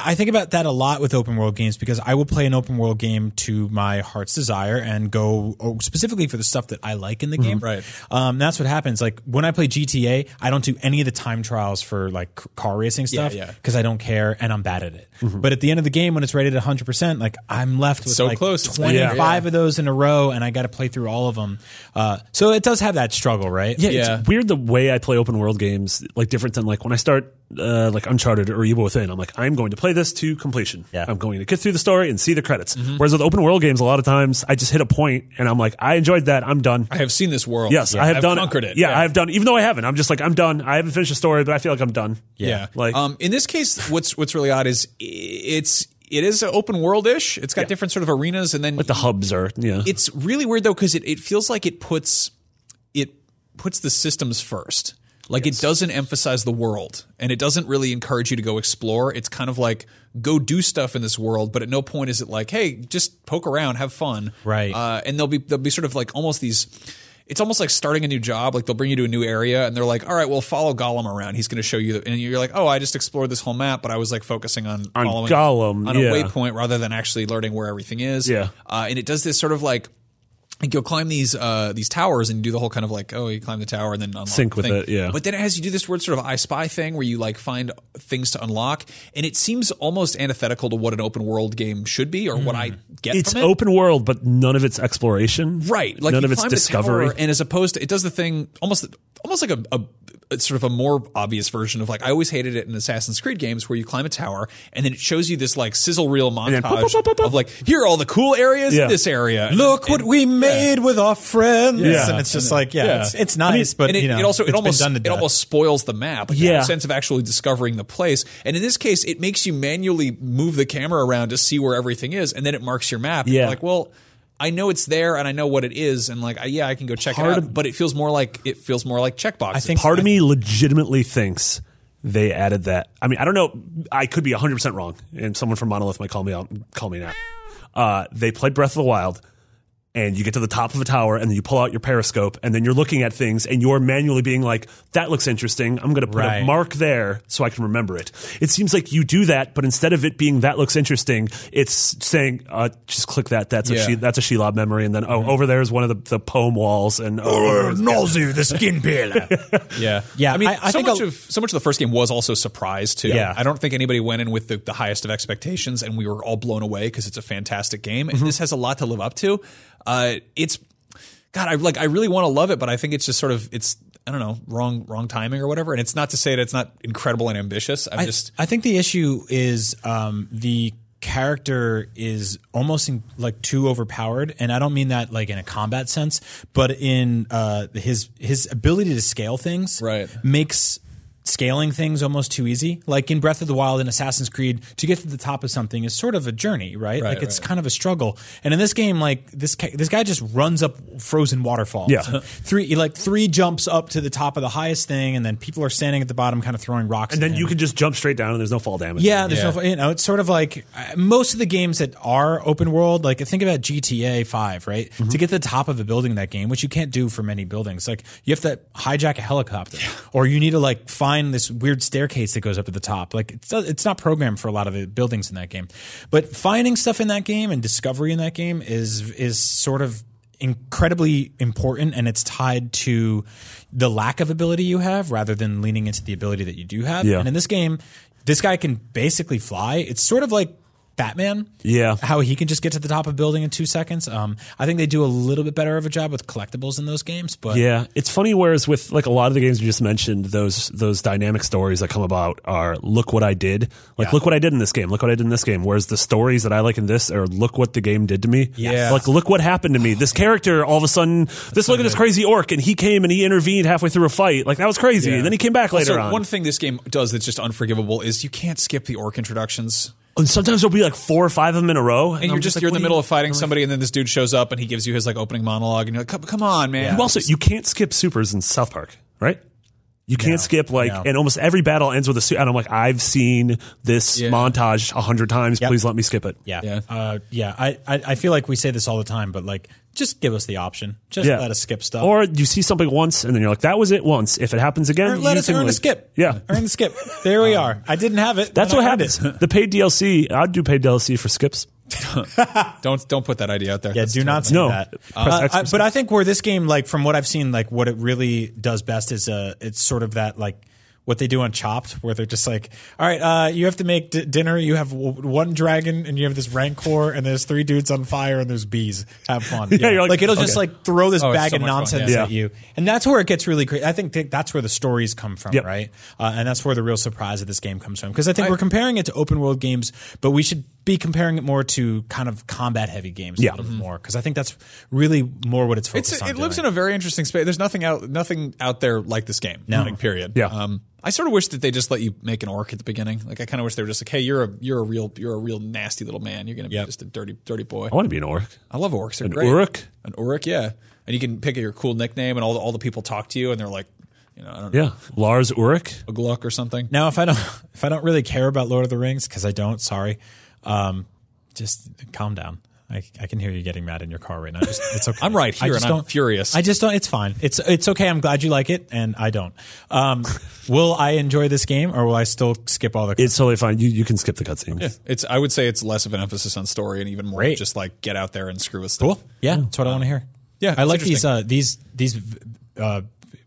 I think about that a lot with open world games because I will play an open world game to my heart's desire and go oh, specifically for the stuff that I like in Mm-hmm. the game. Right. Um, that's what happens. Like when I play GTA, I don't do any of the time trials for like c- car racing stuff yeah. because I don't care and I'm bad at it. Mm-hmm. But at the end of the game, when it's rated 100, percent like I'm left with so like close. It's- 25 yeah. of those in a row, and I got to play through all of them. Uh, so it does have that struggle, right? Yeah, Yeah. it's weird the way I play open world games, like different than like when I start uh, like Uncharted or Evil Within. I'm like, I'm going to play this to completion. Yeah. I'm going to get through the story and see the credits. Mm-hmm. Whereas with open world games, a lot of times I just hit a point and I'm like, I enjoyed that. I'm done. I have seen this world. yes, I have I've done conquered it. Yeah, I have done. Even though I haven't, I'm just like, I'm done. I haven't finished the story, but I feel like I'm done. Yeah. like um, in this case, what's what's really odd is i- it's it is open world ish. It's got different sort of arenas, and then the hubs are. Yeah, it's really weird though because it, it feels like it puts it puts the systems first. Like it doesn't emphasize the world, and it doesn't really encourage you to go explore. It's kind of like go do stuff in this world, but at no point is it like, hey, just poke around, have fun, Right. Uh, and they'll be they'll be sort of like almost these. It's almost like starting a new job. Like they'll bring you to a new area, and they're like, "All right, well, follow Gollum around. He's going to show you." The, and you're like, "Oh, I just explored this whole map, but I was like focusing on, On following Gollum, on a yeah. waypoint rather than actually learning where everything is." Yeah. uh, and it does this sort of like like you'll climb these uh, these towers and do the whole kind of like oh you climb the tower and then unlock Sync the with thing. it, yeah. But then it has you do this weird sort of I Spy thing where you like find things to unlock, and it seems almost antithetical to what an open world game should be or what I get. Hmm. it's from it. open world, but none of its exploration. right? Like none you of its climb the discovery. tower, and as opposed to it does the thing almost almost like a. a a sort of a more obvious version of like I always hated it in Assassin's Creed games where you climb a tower and then it shows you this like sizzle reel montage then pop, pop, pop, pop, pop. of like here are all the cool areas Yeah. in this area. Look what we made with our friends, Yeah. and it's just like, yeah, Yeah. It's, it's nice, but and it, you know, it also it's it almost been done to it death. almost spoils the map. Like, you have Yeah. a sense of actually discovering the place. And in this case, it makes you manually move the camera around to see where everything is, and then it marks your map. And Yeah. you're like well. I know it's there, and I know what it is, and like, I- yeah, I can go check it out. but it feels more like it feels more like checkboxes. I think- part of me legitimately thinks they added that. I mean, I don't know. I could be 100% wrong, and someone from Monolith might call me out. Call me now. Uh, they played Breath of the Wild, and you get to the top of a tower and then you pull out your periscope and then you're looking at things and you're manually being like that looks interesting i'm going to put Right. a mark there so i can remember it it seems like you do that but instead of it being that looks interesting it's saying uh, just click that that's Yeah. a she that's a shelob memory and then oh over there is one of the, the poem walls and oh, over- the skin peeler. Yeah, Yeah, I mean, I- I so think much I'll- of so much of the first game was also surprise too. Yeah. I don't think anybody went in with the, the highest of expectations, and we were all blown away because it's a fantastic game, Mm-hmm. and this has a lot to live up to. Uh, it's God, I like. I really want to love it, but I think it's just sort of it's I don't know wrong wrong timing or whatever. And it's not to say that it's not incredible and ambitious. I'm I, just I think the issue is um, the character is almost in, like too overpowered, and I don't mean that like in a combat sense, but in uh, his his ability to scale things Right. makes scaling things almost too easy. Like in Breath of the Wild and Assassin's Creed, to get to the top of something is sort of a journey, right? like it's right. kind of a struggle. And in this game, like this ca- this guy just runs up frozen waterfalls. Yeah. three like three jumps up to the top of the highest thing, and then people are standing at the bottom, kind of throwing rocks. and at then him. you can just jump straight down and there's no fall damage Yeah, there's Yeah. no, you know, it's sort of like uh, most of the games that are open world. Like think about GTA Five, right? To get to the top of a building in that game, which you can't do for many buildings, like you have to hijack a helicopter, or you need to like find this weird staircase that goes up to the top. Like it's it's not programmed for a lot of the buildings in that game, but finding stuff in that game and discovery in that game is is sort of incredibly important and it's tied to the lack of ability you have rather than leaning into the ability that you do have Yeah. and in this game this guy can basically fly it's sort of like batman Yeah. how he can just get to the top of a building in two seconds um, i think they do a little bit better of a job with collectibles in those games but Yeah, it's funny. Whereas with like a lot of the games you just mentioned, those those dynamic stories that come about are look what I did, like look what I did in this game, look what I did in this game. Whereas the stories that I like in this are look what the game did to me, Yes. like look what happened to me. This character all of a sudden, this look at this crazy orc, and he came and he intervened halfway through a fight, like that was crazy, and then he came back later also, on. One thing this game does that's just unforgivable is you can't skip the orc introductions. and sometimes there'll be like four or five of them in a row, And I'm you're just, like, you're in what the do middle you- of fighting somebody, and then this dude shows up and he gives you his like opening monologue, and you're like, "Come, come on, man!" You also you can't skip supers in South Park, right? You can't skip like, and almost every battle ends with a suit. And I'm like, I've seen this montage a hundred times. Please let me skip it. yeah Yeah. Uh, yeah I, I, I feel like we say this all the time but like just give us the option just let us skip stuff Or you see something once, and then you're like, that was it once. If it happens again, Earn- let you us can earn a like- skip Yeah. earn the skip there we are i didn't have it That's and what I earned happens. it. the paid DLC, I'd do paid DLC for skips. don't don't put that idea out there. Yeah, That's do not say No. that. Uh, Uh, Press I- X. but I think where this game, like from what I've seen, like what it really does best is uh, it's sort of that like what they do on Chopped, where they're just like, all right, uh, you have to make d- dinner. You have w- one dragon, and you have this rancor, and there's three dudes on fire, and there's bees. Have fun. yeah, you're like, it'll just okay. like throw this Oh, it's bag so of much fun, nonsense yeah. at Yeah. you, and that's where it gets really crazy. I think th- that's where the stories come from, Yep. right? Uh, and that's where the real surprise of this game comes from, because I think we're comparing it to open world games, but we should be comparing it more to kind of combat heavy games Yeah. a little bit more because I think that's really more what it's focused Mm-hmm. on. It's, it lives in doing. a very interesting space. There's nothing out nothing out there like this game. No. Like, period. Yeah. Um, I sort of wish that they just let you make an orc at the beginning. Like I kind of wish they were just like, hey, you're a you're a real you're a real nasty little man. You're gonna be just a dirty dirty boy. I want to be an orc. I love orcs. They're An great. Uruk? An Uruk, yeah. And you can pick your cool nickname, and all the, all the people talk to you, and they're like, you know, I don't know, Yeah. Lars Uruk. a Gluck or something. now if I don't if I don't really care about Lord of the Rings because I don't, sorry, um, just calm down. I, I can hear you getting mad in your car right now. Just, it's okay. I'm right I here, just and I'm don't- furious. I just don't. It's fine. It's it's okay. I'm glad you like it, and I don't. Um, will I enjoy this game, or will I still skip all the? It's totally fine. You you can skip the cutscenes. It's I would say it's less of an emphasis on story and even more Great. just like get out there and screw with stuff. Yeah, that's what I want to hear. Yeah, I it's like these interesting. uh, these these uh,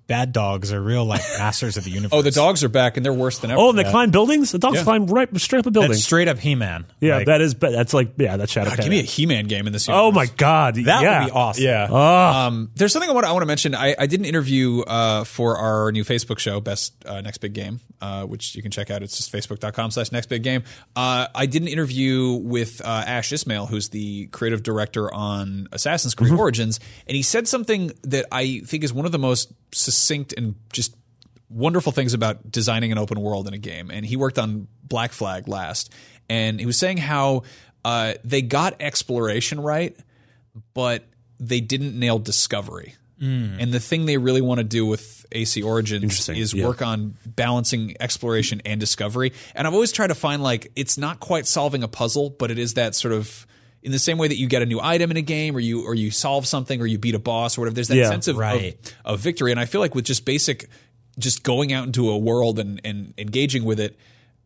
bad dogs are real like masters of the universe. Oh, the dogs are back, and they're worse than ever. Oh, and they climb buildings? The dogs Yeah. climb right straight up a building. That's straight up He Man. yeah, that is, but that's like, yeah, that's Shadow God, Cat. give me a He-Man game in this. Universe. Oh my God. that yeah. would be awesome. Yeah. um, there's something I want, I want to mention. I, I did an interview uh, for our new Facebook show, Best uh, Next Big Game, uh, which you can check out. It's just facebook.com slash next big game. Uh, I did an interview with uh, Ash Ismail, who's the creative director on Assassin's Creed Origins, and he said something that I think is one of the most succinct and just wonderful things about designing an open world in a game, and he worked on Black Flag last, and he was saying how uh, they got exploration right, but they didn't nail discovery. And the thing they really want to do with AC Origins is work on balancing exploration and discovery. And I've always tried to find like it's not quite solving a puzzle, but it is that sort of in the same way that you get a new item in a game or you or you solve something or you beat a boss or whatever. There's that Yeah. sense of, of- Right. of victory. And I feel like with just basic, just going out into a world and and engaging with it,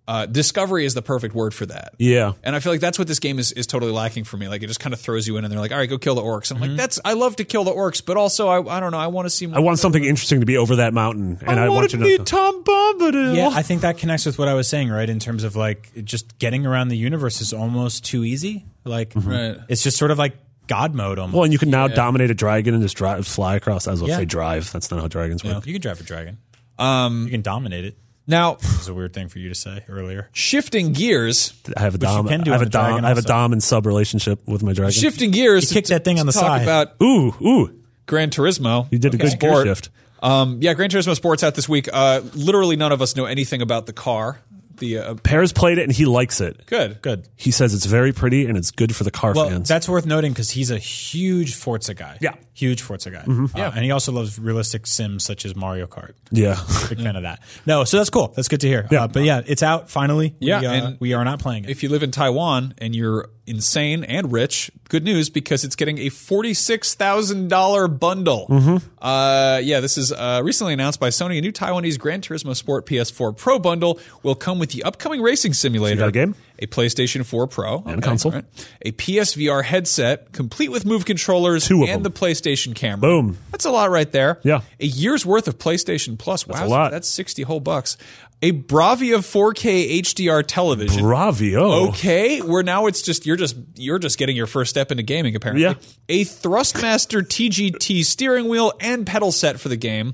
uh, discovery is the perfect word for that. Yeah. And I feel like that's what this game is, is totally lacking for me. Like it just kind of throws you in, and they're like, "All right, go kill the orcs." And I'm like, "That's I love to kill the orcs, but also I, I don't know. I want to see. More Mm-hmm. I want something interesting to be over that mountain, and I, want to you to be Tom Bombadil. Yeah, I think that connects with what I was saying, right? In terms of like it just getting around the universe is almost too easy. Like Right. it's just sort of like God mode almost. Well, and you can now dominate a dragon and just drive, fly across. I was going to Yeah. say drive. That's not how dragons work. you can drive a dragon. Um, you can dominate it. now, It's a weird thing for you to say earlier. shifting gears, I have a you dom. can do I have a on a dragon dom. I have a also. dom and sub relationship with my dragon. shifting gears. You kicked to- that thing to on the talk side. about Ooh, ooh. Gran Turismo. You did a good gear Sport. shift. Um, yeah, Gran Turismo Sports out this week. Uh, literally, none of us know anything about the car. The uh, Pears played it and he likes it. good, Good. He says it's very pretty and it's good for the car Well, fans. that's worth noting because he's a huge Forza guy. Yeah. huge Forza guy. Mm-hmm. yeah, and he also loves realistic sims such as Mario Kart. yeah. Big fan of that. No, so that's cool. That's good to hear. Yeah. Uh, but yeah, it's out finally. Yeah, we, uh, and- we are not playing it. If you live in Taiwan and you're insane and rich, good news because it's getting a forty-six thousand dollar bundle. Mm-hmm. Uh, yeah, this is uh, recently announced by Sony. A new Taiwanese Gran Turismo Sport PS4 Pro bundle will come with the upcoming racing simulator that a game? a PlayStation 4 Pro and console. a PSVR headset complete with Move controllers, Two of and them. the PlayStation camera. Boom. that's a lot right there. Yeah. a year's worth of PlayStation Plus. Wow, a lot. That's sixty whole bucks. A Bravia 4K HDR television. Bravio. Okay, where now it's just you're just you're just getting your first step into gaming apparently. Yeah. A Thrustmaster TGT steering wheel and pedal set for the game.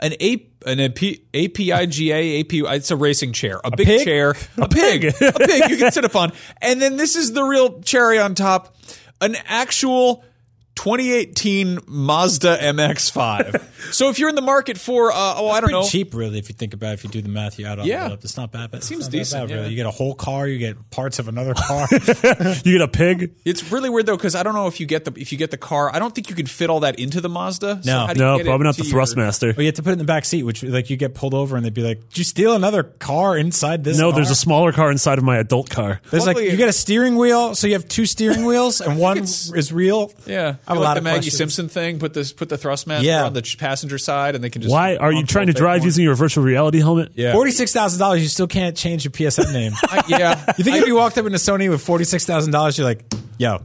An A an AP, APIGA AP it's a racing chair, a, big pig? chair, a pig, a pig you can sit upon. And then this is the real cherry on top, an actual 2018 Mazda MX-5. so if you're in the market for uh, oh I don't pretty know cheap, really, if you think about it. If you do the math, you add all Yeah. that up. It's not bad. But it seems not decent, That bad, yeah. really. You get a whole car. You get parts of another car. You get a pig. It's really weird though because I don't know if you get the if you get the car. I don't think you can fit all that into the Mazda. So No. how do you No, get it probably not to the your- Thrustmaster. But you Oh, have to put it in the back seat, which like you get pulled over and they'd be like, "Did you steal another car inside this?" No, there's car?" a smaller car inside of my adult car. There's like Luckily- you get a steering wheel, so you have two steering wheels, and one it's- is real. Yeah, I have a Like lot the of Maggie questions. Simpson thing. Put this put the Thrustmaster Yeah. on the ch- passenger side, and they can just. Why are you honk trying the to whole drive thing. using your virtual reality helmet? Yeah. Forty six thousand dollars, you still can't change your PSN name. I, yeah, you think if you walked up into Sony with forty six thousand dollars, you're like, "Yo,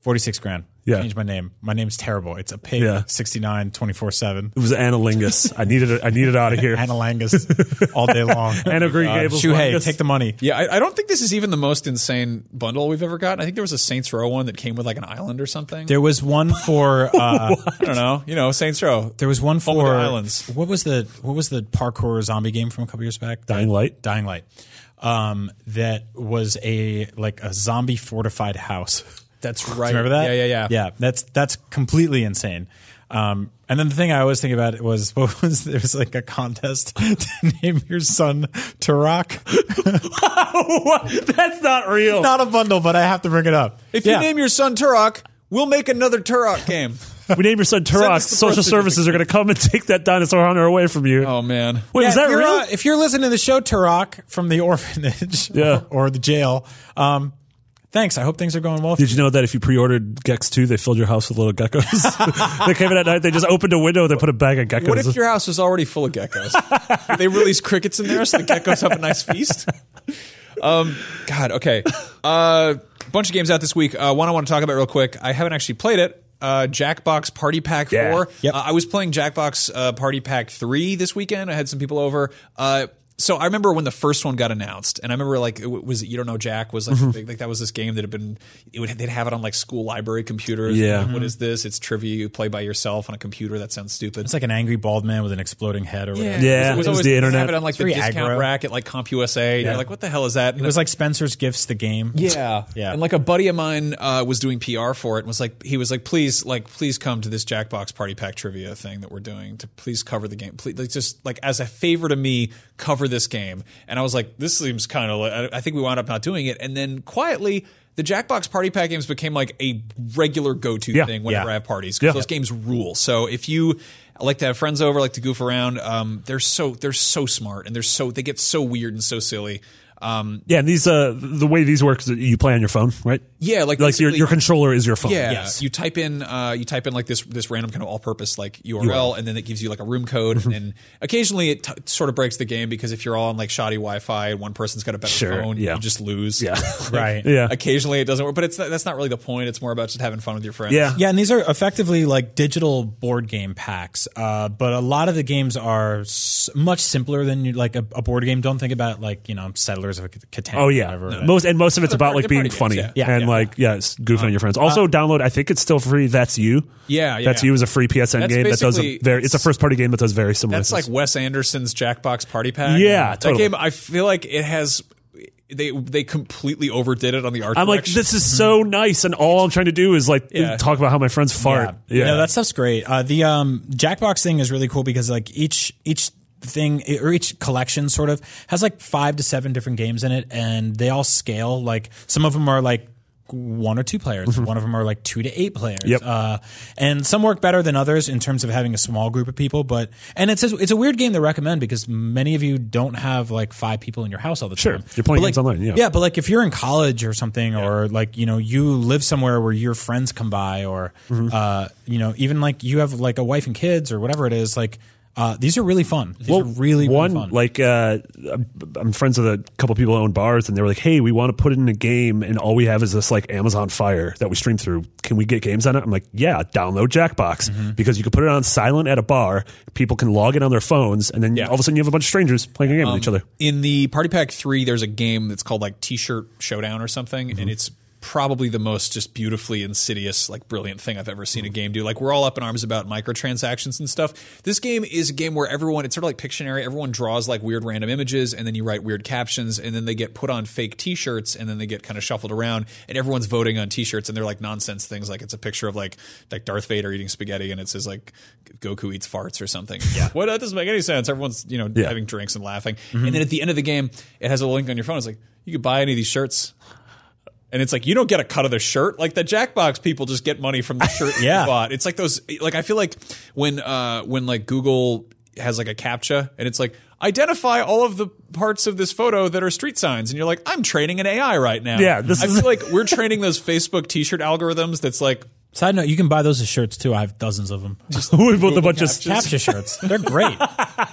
forty six grand, Yeah. change my name. My name's terrible. It's a pig. Yeah. Sixty nine twenty four seven. It was analingus. I needed it. I needed it out of here. Analangus all day long. Uh, Anna Green Gables Shuhei, Langus. take the money. yeah. I, I don't think this is even the most insane bundle we've ever gotten. I think there was a Saints Row one that came with like an island or something. There was one for uh, I don't know. You know, Saints Row. there was one Home of for the Islands. What was the what was the parkour zombie game from a couple years back? Dying Light. Dying Light. Um, that was a like a zombie fortified house. That's right. Remember that? Yeah, yeah, yeah. Yeah, that's that's completely insane. Um, and then the thing I always think about was what was there was like a contest to name your son Tarak. That's not real. Not a bundle, but I have to bring it up. If you name your son Turok, we'll make another Turok game. We name your son Turok. us the Social birth services are going to come and take that dinosaur hunter away from you. oh man. Wait, is that if you're, real? uh, if you're listening to the show Tarak from the orphanage Yeah. or the jail, um, thanks. I hope things are going well. for Did you know that if you pre-ordered Gex 2, they filled your house with little geckos? they came in at night, they just opened a window, they put a bag of geckos. What if your house was already full of geckos? Did they release crickets in there so the geckos have a nice feast? Um, God, okay. Uh, bunch of games out this week. Uh, one I want to talk about real quick. I haven't actually played it. Uh, Jackbox Party Pack Yeah. 4. Yep. Uh, I was playing Jackbox uh, Party Pack 3 this weekend. I had some people over. Uh, so I remember when the first one got announced, and I remember like it was it you don't know Jack was Mm-hmm. like, big- like that was this game that had been it would they'd have it on like school library computers. Yeah. Mm-hmm. Like, what is this? It's trivia you play by yourself on a computer. That sounds stupid. It's like an angry bald man with an exploding head or whatever. Yeah, it was the they internet. Have it on like the It's very discount aggro. rack at like CompUSA. You're like, what the hell is that? And It was like Spencer's Gifts, the game. yeah, Yeah. And like a buddy of mine uh, was doing PR for it and was like, he was like, please, like, please come to this Jackbox Party Pack trivia thing that we're doing to please cover the game. Please, like, just like as a favor to me, cover this game. And I was like, this seems kind of. Like, I I think we wound up not doing it. And then quietly. The Jackbox Party Pack games became like a regular go-to Yeah. thing whenever Yeah. I have parties because Yeah. those games rule. So if you like to have friends over, like to goof around, um, they're so they're so smart and they're so they get so weird and so silly. Um, yeah, and these, uh, the way these work is that you play on your phone, right? yeah, like Like your, basically- your controller is your phone. Yeah, Yes. you type in uh, you type in like this this random kind of all purpose like URL, and then it gives you like a room Mm-hmm. code, and then occasionally it t- sort of breaks the game because if you're all on like shoddy Wi-Fi and one person's got a better Sure, phone, yeah. you just lose. Yeah. right. Yeah. Occasionally it doesn't work, but it's not, that's not really the point. It's more about just having fun with your friends. Yeah. Yeah, and these are effectively like digital board game packs, uh, but a lot of the games are s- much simpler than you, like a, a board game. Don't think about like you know Settlers of Catan. Oh or yeah, whatever. most and most of it's about like they're being party games, funny yeah. Uh, Yeah, and yeah. like yeah, it's goofing on your friends. Also, download. I think it's still free. That's you. Yeah, Oh, yeah. That's you is a free PSN That's game that does a basically- very. It's a first party game that does very similar. That's things. like Wes Anderson's Jackbox Party Pack. Yeah, that totally. game. I feel like it has they they completely overdid it on the art. I'm like direction. this is so nice, and all I'm trying to do is like Yeah. talk about how my friends fart. Yeah, No, that stuff's great. Uh, the um, Jackbox thing is really cool because like each each thing e, or each collection sort of has like five to seven different games in it, and they all scale. Like some of them are like one or two players, one of them are like two to eight players. Mm-hmm. Yep. Uh, and some work better than others in terms of having a small group of people. But and it's a, it's a weird game to recommend because many of you don't have like five people in your house all the Sure. time. You're playing But, games like, online, yeah. yeah, but like if you're in college or something, or like you know you live somewhere where your friends come by, or uh, you know even like you have like a wife and kids or whatever it is, like uh, these are really fun. These are really really one fun. like uh, I'm- I'm friends with a couple people that own bars, and they were like, "Hey, we want to put it in a game, and all we have is this like Amazon Fire that we stream through. Can we get games on it?" I'm like, "Yeah, download Jackbox because you can put it on silent at a bar. People can log in on their phones, and then all of a sudden you have a bunch of strangers playing a game with each other. in the Party Pack 3, there's a game that's called like T shirt Showdown or something, Mm-hmm. and it's probably the most just beautifully insidious, like brilliant thing I've ever Mm-hmm. seen a game do. Like, we're all up in arms about microtransactions and stuff. This game is a game where everyone, it's sort of like Pictionary, everyone draws like weird random images, and then you write weird captions, and then they get put on fake T shirts, and then they get kind of shuffled around, and everyone's voting on T shirts, and they're like nonsense things. Like, it's a picture of like, like Darth Vader eating spaghetti, and it says like Goku eats farts or something. Yeah. What? That doesn't make any sense. Everyone's, you know, Yeah. Mm-hmm. having drinks and laughing. And then at the end of the game, it has a link on your phone. It's like, you could buy any of these shirts. And it's like, you don't get a cut of the shirt. Like the Jackbox people just get money from the shirt Yeah. you bought. It's like those, like, I feel like when, uh, when like Google has like a CAPTCHA and it's like, identify all of the parts of this photo that are street signs. And you're like, I'm training an AI right now. Yeah, this I is- feel like we're training those Facebook t shirt algorithms that's like, Side note: you can buy those as shirts too. I have dozens of them. we both a bunch of Captcha shirts. They're great.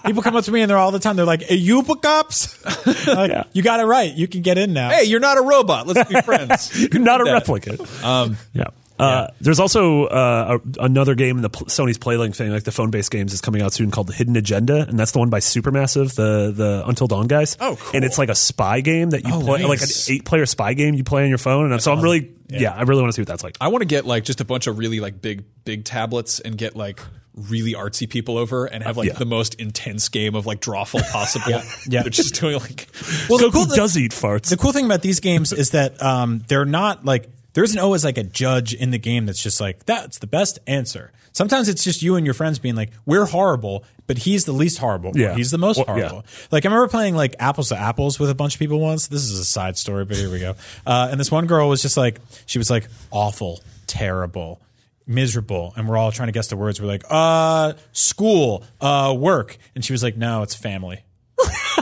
People come up to me and they're all the time. They're like, hey, "You book ups? like, You got it right. You can get in now." hey, you're not a robot. Let's be friends. You're not a that. replicate. Um, yeah. Uh, There's also uh, a, another game in the pl- Sony's PlayLink thing, like the phone-based games, is coming out soon called The Hidden Agenda, and that's the one by Supermassive, the the Until Dawn guys. Oh, cool. And it's like a spy game that you Oh, play, like an nice. eight-player spy game you play on your phone. And so I'm really, yeah, I really want to see what that's Uh, like. I want to get like just a bunch of really like big big tablets and get like really artsy people over and have like Yeah. the most intense game of like drawful possible. yeah. They're just doing like well, the Goku cool thing- does eat farts. the cool thing about these games is that um, they're not like there isn't always like a judge in the game that's just like that's the best answer. Sometimes it's just you and your friends being like we're horrible, but he's the least horrible. or Yeah. he's the most Well, yeah. horrible. Like I remember playing like apples to apples with a bunch of people once. This is a side story, but here we go. Uh, and this one girl was just like, she was like awful, terrible, miserable, and we're all trying to guess the words. We're like, uh, school, uh, work, and she was like, no, it's family.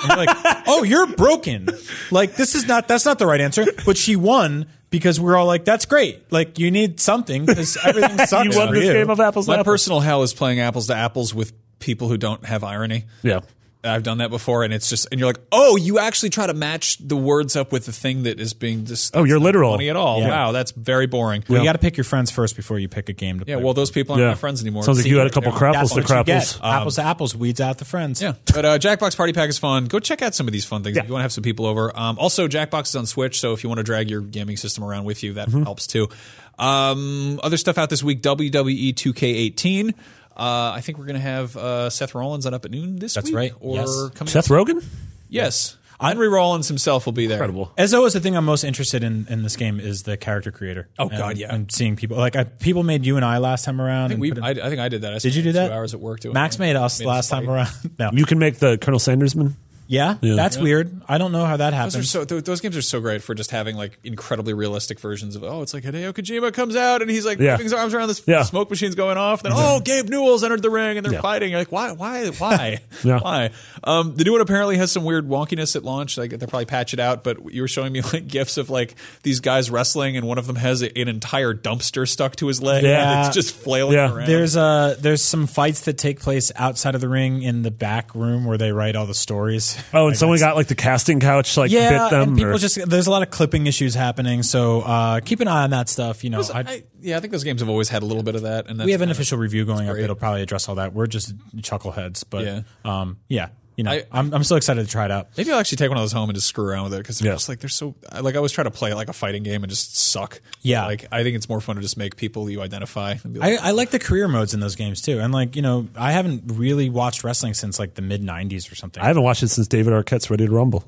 And we're like, oh, you're broken. Like this is not that's not the right answer. But she won because we're all like, that's great. Like you need something because everything sucks. you won for this you. game of apples. to my apples. personal hell is playing apples to apples with people who don't have irony. yeah. I've done that before and it's just and you're like, "Oh, you actually try to match the words up with the thing that is being just Oh, you're that's not literal. funny at all. Yeah. Wow, that's very boring." Well, you got to pick your friends first before you pick a game to yeah, play. well, those people aren't Yeah. my friends anymore. Sounds like you had a couple crapples They're- to Um, that's what you crapples. get. apples to apples weeds out the friends. Yeah, but uh, Jackbox Party Pack is fun. Go check out some of these fun things Yeah. if you want to have some people over. Um, also, Jackbox is on Switch, so if you want to drag your gaming system around with you, that Mm-hmm. helps too. Um, other stuff out this week: E WWE 2K18. Uh, I think we're gonna have uh, Seth Rollins on Up at Noon this That's week. right, Or yes. coming Seth Rogen? Yes, Henry Rollins himself will be there. Incredible. As always, the thing I'm most interested in in this game is the character creator. Oh, God, And- yeah. and seeing people like I, people made you and I last time around. and I think, we, put in- I, I think I did that. I did you do that? Two hours at work doing Max it. made us Made last time fight. around. no, You can make the Colonel Sandersman. Yeah, that's weird. I don't know how that Those are happens. so th- those games are so great for just having like incredibly realistic versions of oh it's like Hideo Kojima comes out and he's like Yeah. putting his arms around this Yeah. smoke machine's going off then oh Gabe Newell's entered the ring and they're fighting you're like why why why Yeah. why um, the new one apparently has some weird wonkiness at launch like they'll probably patch it out but you were showing me like gifs of like these guys wrestling and one of them has a, an entire dumpster stuck to his leg Yeah. and it's just flailing Yeah. around There's uh there's some fights that take place outside of the ring in the back room where they write all the stories. Oh, and I someone guess. got like the casting couch like yeah, bit them. and people or- just there's a lot of clipping issues happening, so uh, keep an eye on that stuff. You know, I, I, yeah I think those games have always had a little bit of that and that's we have an kind of- official review going up great. that'll probably address all that. We're just chuckleheads, but Yeah. yeah, um, yeah you know, I- I, am I'm so excited to try it out. Maybe I'll actually take one of those home and just screw around with it because Yeah. just like they're so I- like I always try to play like a fighting game and just suck. Yeah. like I think it's more fun to just make people you identify. And be I, like, I like the career modes in those games too, and like you know, I haven't really watched wrestling since like the mid '90s or something. I haven't watched it since David Arquette's Ready to Rumble,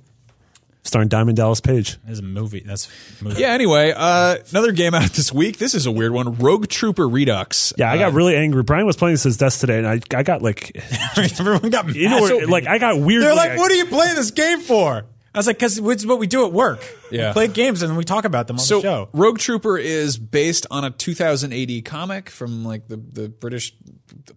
starring Diamond Dallas Page. That's a movie. That's a movie. yeah. Anyway, uh, another game out this week. This is a weird one. Rogue Trooper Redux. Yeah, I got really angry. Brian was playing this as Death today, and I, I got like, everyone got mad. you know, where- like I got weird. They're like, "What are you playing this game for?" I was like, "Cause it's what we do at work. Yeah. we play games and we talk about them on So the show." Rogue Trooper is based on a 2080 comic from like the the British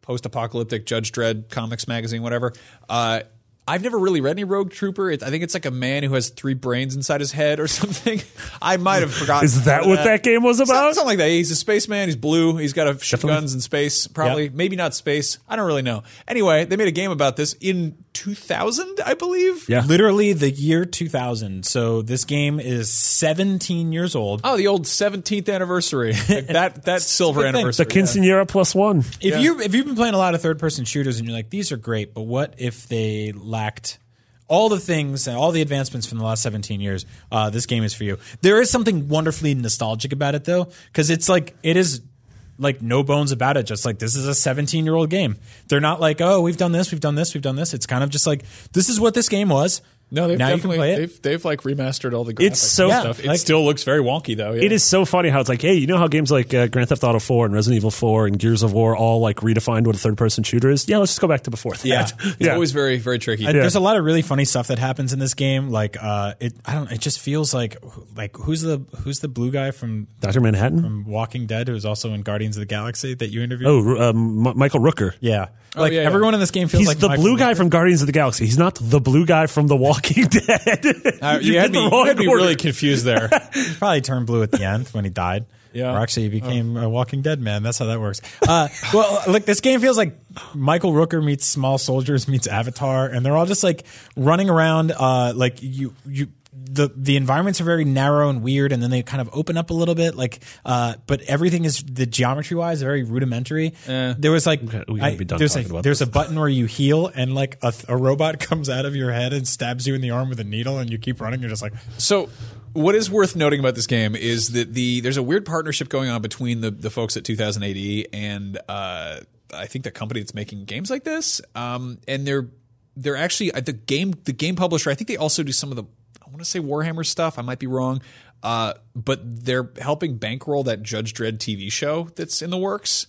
post-apocalyptic Judge Dredd comics magazine, whatever. Uh, I've never really read any Rogue Trooper. It, I think it's like a man who has three brains inside his head or something. I might have forgotten. Is that what that game was Something- about? Something like that. He's a spaceman. He's blue. He's got to shoot Definitely. guns in space. Probably, Yep. maybe not space. I don't really know. Anyway, they made a game about this in 2000, I believe. Yeah. Literally the year 2000. So this game is 17 years old. Oh, the old 17th anniversary. Like that that silver good thing. anniversary. The quinceanera plus one. If you if you've been playing a lot of third person shooters and you're like these are great, but what if they lacked all the things and all the advancements from the last 17 years? Uh, this game is for you. There is something wonderfully nostalgic about it though, because it's like it is like no bones about it. Just like this is a 17 year old game. They're not like oh we've done this, we've done this, we've done this. It's kind of just like this is what this game was. No, they've now you can definitely play it. they've they've like remastered all the graphics. It's so- and Yeah, stuff. It like- still looks very wonky though. It is so funny how it's like, hey, you know how games like uh, Grand Theft Auto 4 and Resident Evil 4 and Gears of War all like redefined what a third person shooter is? Yeah, let's just go back to before that. yeah. It's yeah. always very very tricky. And There's a lot of really funny stuff that happens in this game. Like uh, it, I don't. It just feels like like who's the who's the blue guy from Dr. Manhattan? Walking Dead, who's also in Guardians of the Galaxy that you interviewed. Oh, um, M- Michael Rooker. yeah. Like Oh, yeah, yeah. everyone in this game feels He's like the Michael blue guy Moore. from Guardians of the Galaxy. He's not the blue guy from The Walking Dead. Uh, you, did had the me, you wrong had me order. really confused there. He probably turned blue at the end when he died. Yeah. Oh. Or actually, he became a Walking Dead man. That's how that works. Uh, well, like this game feels like Michael Rooker meets Small Soldiers meets Avatar, and they're all just like running around. Uh, like you, you. The, the environments are very narrow and weird, and then they kind of open up a little bit. Like, uh, but everything is the geometry wise very rudimentary. Eh. there was like we gotta I- be done there's, talking a, about there's a button where you heal, and like a, th- a robot comes out of your head and stabs you in the arm with a needle, and you keep running. You're just like, So, what is worth noting about this game is that the there's a weird partnership going on between the the folks at 2080 E and uh, I think the company that's making games like this. Um, and they're they're actually uh, the game the game publisher. I think they also do some of the I want to say Warhammer stuff. I might be wrong. Uh, but they're helping bankroll that Judge Dredd TV show that's in the works,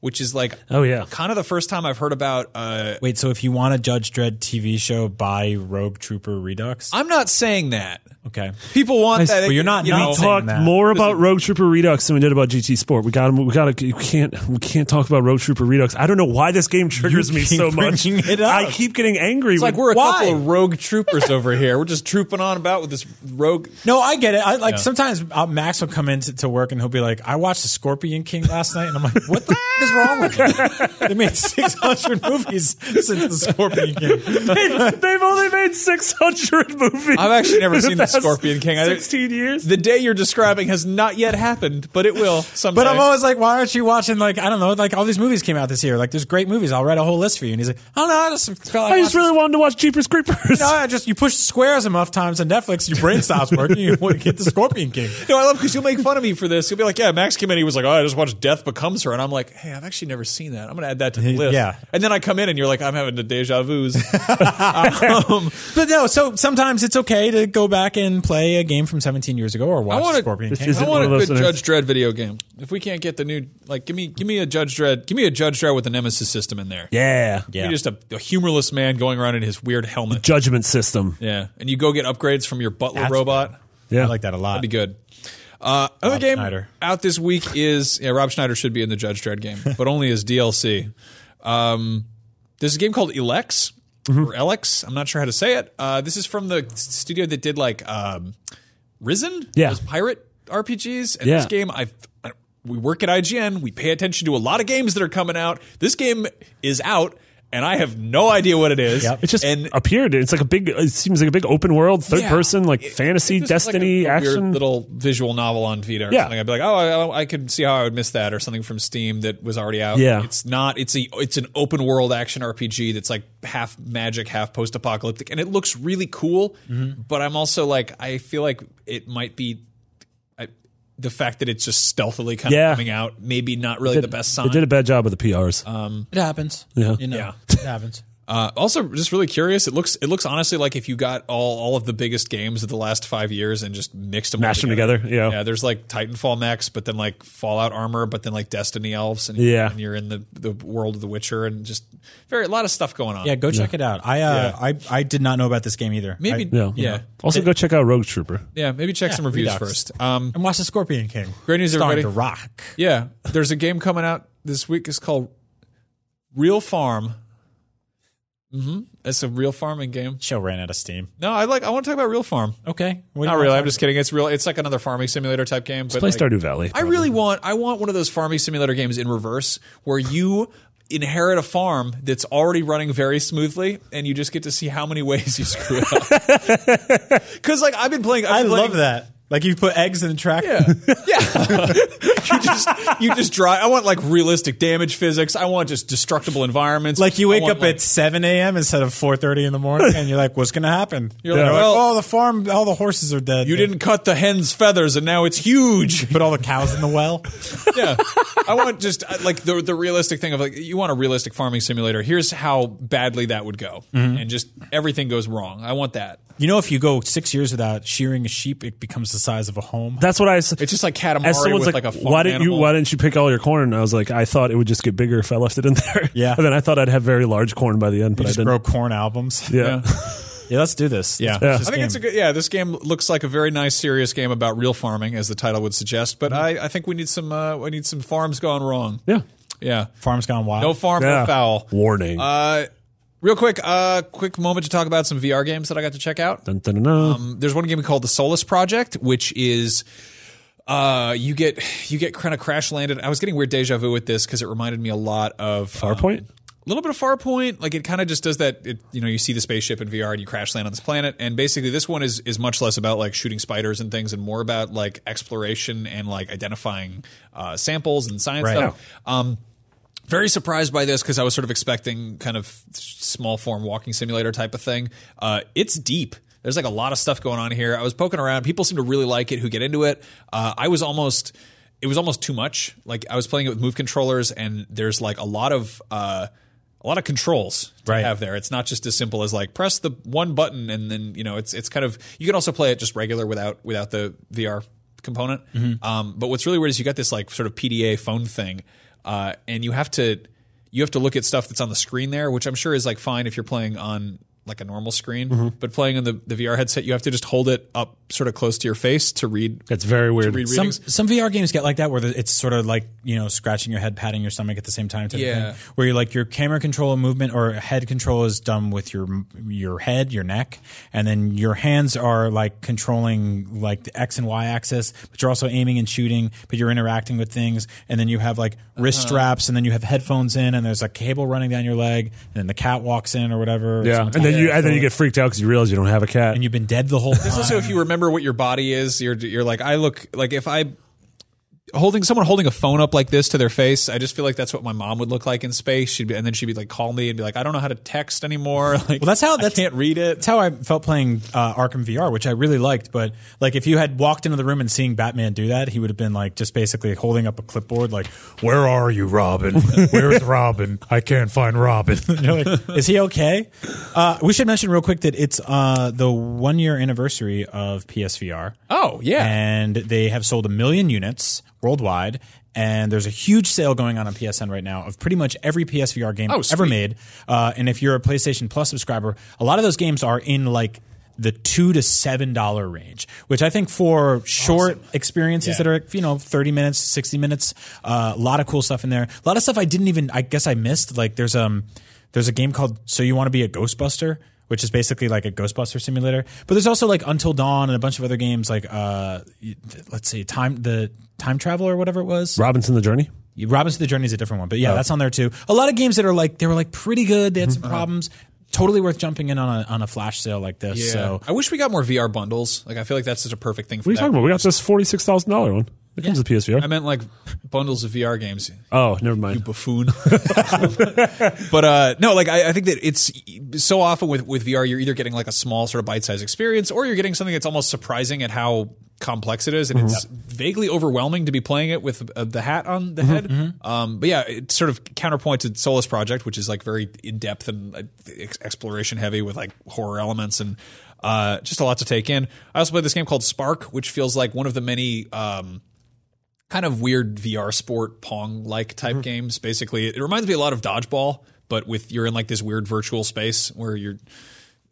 which is like Oh, yeah. kind of the first time I've heard about uh, Wait, so if you want a Judge Dredd TV show, buy Rogue Trooper Redux. I'm not saying that. okay, People want Nice, that. but you're not you know, not saying Talked that. more about Rogue Trooper Redux than we did about GT Sport. We got him. We got to. We can't. We can't talk about Rogue Trooper Redux. I don't know why this game triggers me keep so much. bringing it up. I keep getting angry. It's like when- we're a Why? couple of rogue troopers over here. We're just trooping on about with this rogue. no, I get it. I like sometimes uh, Max will come into to work and he'll be like, "I watched the Scorpion King last night," and I'm like, "What the f- is wrong with you? They made 600 movies since the Scorpion King." they've, they've only made 600 movies. I've actually never in seen the past Scorpion King. I- 16 years. The day you're describing has not yet happened, but it will someday. But I'm always like, "Why aren't you watching like I don't know like all these movies came out this year? Like there's great movies. I'll write a whole list for you." And he's like, "I don't know. I just felt like I just watching- really wanted to watch Jeepers Creepers. No, I just you push squares enough times on Netflix, your brain stops working. You want to get the Scorpion King. no, I love because you'll make fun of me for this. You'll be like, "Yeah, Max came in. He was like, oh, I just watched Death Becomes Her," and I'm like, "Hey, I've I've actually never seen that. I'm going to add that to the list. yeah. And then I come in and you're like, I'm having the deja vu's. Um, But no, so sometimes it's okay to go back and play a game from 17 years ago or I watch want Scorpion a, King. is I it want a one of good those Judge Dredd video game. If we can't get the new, like, give me give me a Judge Dredd, give me a Judge Dredd with a Nemesis system in there. Yeah. Give Yeah. me just a, a humorless man going around in his weird helmet. Judgment system. Yeah, and you go get upgrades from your butler robot. Yeah. I like that a lot. That'd be good. Uh, other game Schneider. out this week is yeah, Rob Schneider should be in the Judge Dredd game, but only as DLC. Um, there's a game called Elex or Elex. I'm not sure how to say it. Uh, this is from the studio that did like um, Risen, Yeah. those pirate RPGs. And Yeah. this game, I've, I we work at IGN. We pay attention to a lot of games that are coming out. This game is out, and I have no idea what it is. It just and appeared. It's like a big. It seems like a big open world, third Yeah. person, like fantasy, If this was destiny, like a- a weird action. little visual novel on Vita or Yeah. something. I'd be like, oh, I, I could see how I would miss that, or something from Steam that was already out. Yeah. it's not. It's a it's an open world action RPG that's like half magic, half post apocalyptic, and it looks really cool. Mm-hmm. But I'm also like, I feel like it might be. I, the fact that it's just stealthily kind Yeah. of coming out, maybe not really the best sign. They did a bad job with the PRs. It happens. Yeah. You know, Yeah. it happens. Uh, also, just really curious. It looks it looks honestly like if you got all all of the biggest games of the last five years and just mixed them Mashed 'em all together. together, yeah. yeah. There's like Titanfall mechs, but then like Fallout armor, but then like Destiny elves, and, Yeah. and you're in the the world of The Witcher, and just very a lot of stuff going on. Yeah, go check it out. I, uh, I I did not know about this game either. maybe I, yeah. yeah. Also, go check out Rogue Trooper. yeah, maybe check some reviews Redux. first. Um, and watch the Scorpion King. Great news, Starring everybody. The Rock. yeah, there's a game coming out this week. It's called Real Farm. Mm-hmm. It's a real farming game. Show ran out of steam. No, I like. I want to talk about Real Farm. Okay. Oh, What do Not you really. want? I'm just kidding. It's real. It's like another farming simulator type game. But Play like, Stardew Valley. I really want. I want one of those farming simulator games in reverse where you inherit a farm that's already running very smoothly, and you just get to see how many ways you screw it up. Because like I've been playing. I I've been love playing- that. Like you put eggs in the track. Yeah, yeah. you just you just drive. I want like realistic damage physics. I want just destructible environments. Like you I wake want, up like- at 7 a.m. instead of 4:30 in the morning, and you're like, "What's gonna happen?" You're like, like, "Well, "Oh, the farm, all the horses are dead. You They didn't cut the hen's feathers, and now it's huge. put all the cows in the well." yeah. I want just I- like the the realistic thing of like you want a realistic farming simulator. Here's how badly that would go, Mm-hmm. and just everything goes wrong. I want that. You know, if you go six years without shearing a sheep, it becomes the size of a home. That's what I. s- It's just like Katamari As someone's with like, like, a farm why didn't you? animal. Why didn't you pick all your corn? And I was like, I thought it would just get bigger if I left it in there. Yeah. And then I thought I'd have very large corn by the end, You but I just didn't. grow corn albums. yeah. Yeah, let's do this. Yeah, Yeah. I think it's a good. Yeah, this game looks like a very nice, serious game about real farming, as the title would suggest. But Mm-hmm. I, I think we need some. Uh, we need some farms gone wrong. Yeah. Yeah, farm's gone wild. no farm, Yeah. no foul. Warning. Uh, real quick, uh, quick moment to talk about some VR games that I got to check out. Dun, dun, dun, dun. there's one game called the Solus Project, which is uh, you get you get kind of crash landed. I was getting weird deja vu with this because it reminded me a lot of Farpoint? a little bit of Farpoint. Like it kind of just does that. It, you know, you see the spaceship in VR and you crash land on this planet. And basically, this one is is much less about like shooting spiders and things, and more about like exploration and like identifying uh, samples and science stuff. Um, very surprised by this because I was sort of expecting kind of small form walking simulator type of thing. Uh, it's deep. There's like a lot of stuff going on here. I was poking around. People seem to really like it who get into it. Uh, I was almost. It was almost too much. Like I was playing it with move controllers, and there's like a lot of uh, a lot of controls to Right. have there. It's not just as simple as like press the one button and then you know it's it's kind of you can also play it just regular without without the VR component. Um, but what's really weird is you got this like sort of PDA phone thing, uh, and you have to you have to look at stuff that's on the screen there, which I'm sure is like fine if you're playing on like a normal screen, but playing on the, the VR headset, you have to just hold it up sort of close to your face to read. That's very weird. read Some readings. some VR games get like that where the, it's sort of like you know scratching your head, patting your stomach at the same time. Type of Yeah. thing, where you're like your camera control and movement or head control is done with your your head, your neck, and then your hands are like controlling like the X and Y axis, but you're also aiming and shooting, but you're interacting with things, and then you have like wrist Uh-huh. straps, and then you have headphones in, and there's a cable running down your leg, and then the cat walks in or whatever. or yeah. And someone then taps you your and then you shoulder, get freaked out because you realize you don't have a cat. and you've been dead the whole time. It's also if you remember what your body is, you're you're like I look like if I holding someone holding a phone up like this to their face. I just feel like that's what my mom would look like in space. She'd be, and then she'd be like, call me and be like, I don't know how to text anymore. Like, Well, that's how- that's- I can't read it. That's how I felt playing uh, Arkham VR, which I really liked. But like, if you had walked into the room and seeing Batman do that, he would have been like just basically holding up a clipboard, like "Where are you, Robin? Where's Robin? I can't find Robin." You're like, is he okay? Uh, we should mention real quick that it's uh, the one year anniversary of PSVR. Oh yeah, And they have sold a million units worldwide. And there's a huge sale going on on PSN right now of pretty much every PSVR game Oh, ever sweet. made. Uh, and if you're a PlayStation Plus subscriber, a lot of those games are in like the two to seven dollar range, which I think for short experiences that are you know thirty minutes, sixty minutes, uh, a lot of cool stuff in there. A lot of stuff I didn't even I guess I missed. Like there's um there's a game called So You Want to Be a Ghostbuster, which is basically like a Ghostbuster simulator. But there's also like Until Dawn and a bunch of other games like uh y- th- let's see time the time travel or whatever it was. Robinson the Journey. Robinson the Journey is a different one, but yeah, that's on there too. A lot of games that are like they were like pretty good. They had some problems. Totally worth jumping in on a on a flash sale like this. yeah. So I wish we got more VR bundles. Like I feel like that's such a perfect thing. For What are you that. talking about? We got this forty six thousand dollar one. It comes with PSVR. I meant like bundles of VR games. oh, never mind. you buffoon. but uh, no, like I, I think that it's so often with with VR, you're either getting like a small sort of bite sized experience, or you're getting something that's almost surprising at how complex it is, and it's vaguely overwhelming to be playing it with uh, the hat on the head. Um, but yeah, it's sort of counterpoint to Solus Project, which is like very in depth and uh, ex- exploration heavy with like horror elements and. Uh, just a lot to take in. I also played this game called Spark, which feels like one of the many um, kind of weird VR sport pong like type games. Basically, it reminds me a lot of dodgeball, but with you're in like this weird virtual space where you're.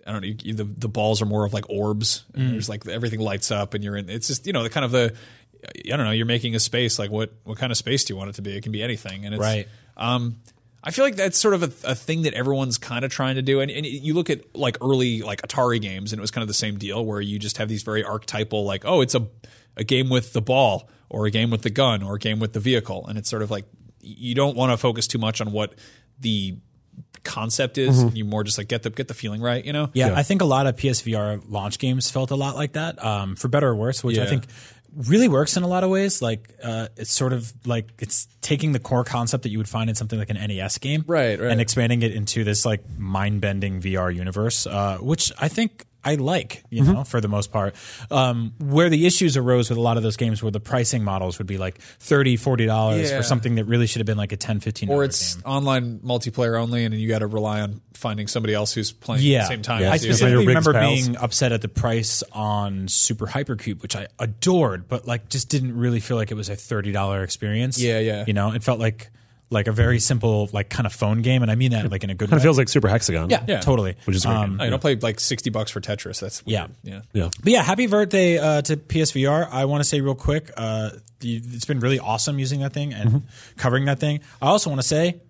I don't know. You, the the balls are more of like orbs. And There's like everything lights up, and you're in. It's just you know the kind of the. I don't know. You're making a space. Like what what kind of space do you want it to be? It can be anything, and it's, Right. Um, I feel like that's sort of a, a thing that everyone's kind of trying to do. And, and you look at like early like Atari games, and it was kind of the same deal where you just have these very archetypal like, oh, it's a a game with the ball, or a game with the gun, or a game with the vehicle, and it's sort of like you don't want to focus too much on what the concept is. You more just like get the get the feeling right, you know? Mm-hmm. Yeah, I think a lot of PSVR launch games felt a lot like that, um, for better or worse, which I Yeah. think really works in a lot of ways. Like uh, it's sort of like it's taking the core concept that you would find in something like an NES game, Right, right. and expanding it into this like mind-bending VR universe, uh, which I think. I like, you Mm-hmm. know, for the most part. Um, where the issues arose with a lot of those games were the pricing models would be like $30, $40 Yeah. for something that really should have been like a 10 $15 Or it's game. online multiplayer only, and you got to rely on finding somebody else who's playing at the same time. I as you. specifically Your biggest remember pals. being upset at the price on Super Hypercube, which I adored, but like just didn't really feel like it was a thirty dollar experience. Yeah, yeah. You know, it felt like like a very simple like kind of phone game, and I mean that like in a good Kind way. of feels like Super Hexagon. yeah, Yeah. totally. Um, Which is a great game. I Oh, don't play like sixty bucks for Tetris. That's weird. Yeah. yeah. Yeah. But yeah, happy birthday uh, to PSVR. I want to say real quick, uh, you- it's been really awesome using that thing and Mm-hmm. covering that thing. I also want to say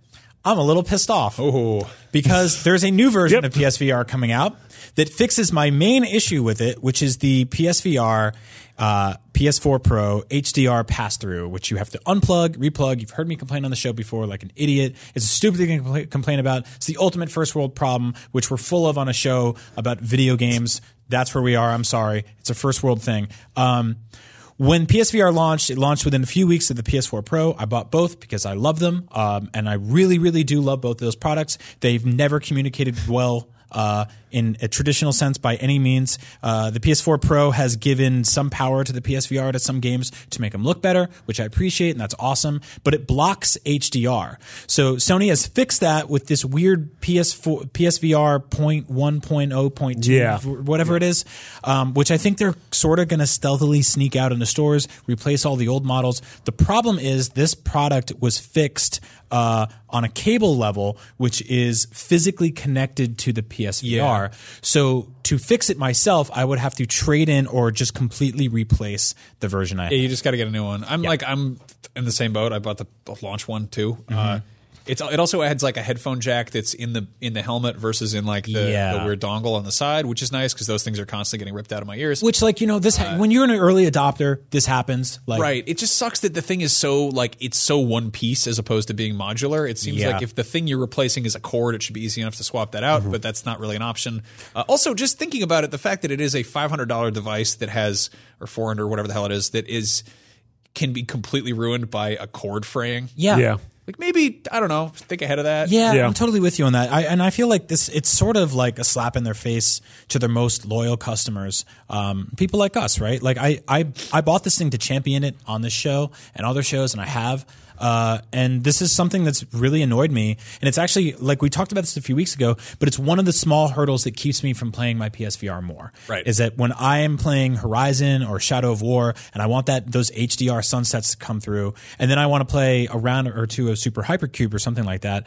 I'm a little pissed off Oh. because there's a new version Yep. of PSVR coming out that fixes my main issue with it, which is the PSVR. Uh, PS4 Pro HDR pass through, which you have to unplug, replug. You've heard me complain on the show before, like an idiot. It's a stupid thing to compla- complain about. It's the ultimate first world problem, which we're full of on a show about video games. That's where we are. I'm sorry. It's a first world thing. Um, when PSVR launched, it launched within a few weeks of the PS4 Pro. I bought both because I love them, um, and I really, really do love both of those products. They've never communicated well. Uh, in a traditional sense, by any means, uh, the PS4 Pro has given some power to the PSVR to some games to make them look better, which I appreciate, and that's awesome. But it blocks HDR, so Sony has fixed that with this weird PS4 PSVR point one point oh point two Yeah. whatever it is, um, which I think they're sort of going to stealthily sneak out into stores, replace all the old models. The problem is this product was fixed uh, on a cable level, which is physically connected to the PSVR. So to fix it myself, I would have to trade in or just completely replace the version I Yeah, have. you just got to get a new one. I'm like I'm in the same boat. I bought the the launch one too. Mm-hmm. Uh, it's it also adds like a headphone jack that's in the in the helmet versus in like the, Yeah. the weird dongle on the side, which is nice because those things are constantly getting ripped out of my ears. Which, like you know, this ha- when you're an early adopter, this happens. Like, Right. It just sucks that the thing is so like it's so one piece as opposed to being modular. It seems Yeah. Mm-hmm. like if the thing you're replacing is a cord, it should be easy enough to swap that out. But that's not really an option. Uh, also, just thinking about it, the fact that it is a five hundred dollar device that has or four hundred, whatever the hell it is, that is can be completely ruined by a cord fraying. Yeah. yeah. Like maybe I don't know. Think ahead of that. Yeah, Yeah. I'm totally with you on that. I, and I feel like this, it's sort of like a slap in their face to their most loyal customers, um, people like us, right? Like I, I, I bought this thing to champion it on this show and other shows, and I have. Uh, and this is something that's really annoyed me. And it's actually like we talked about this a few weeks ago, but it's one of the small hurdles that keeps me from playing my PSVR more. Right. Is that when I am playing Horizon or Shadow of War, and I want that those HDR sunsets to come through, and then I want to play a round or two of Super Hypercube or something like that.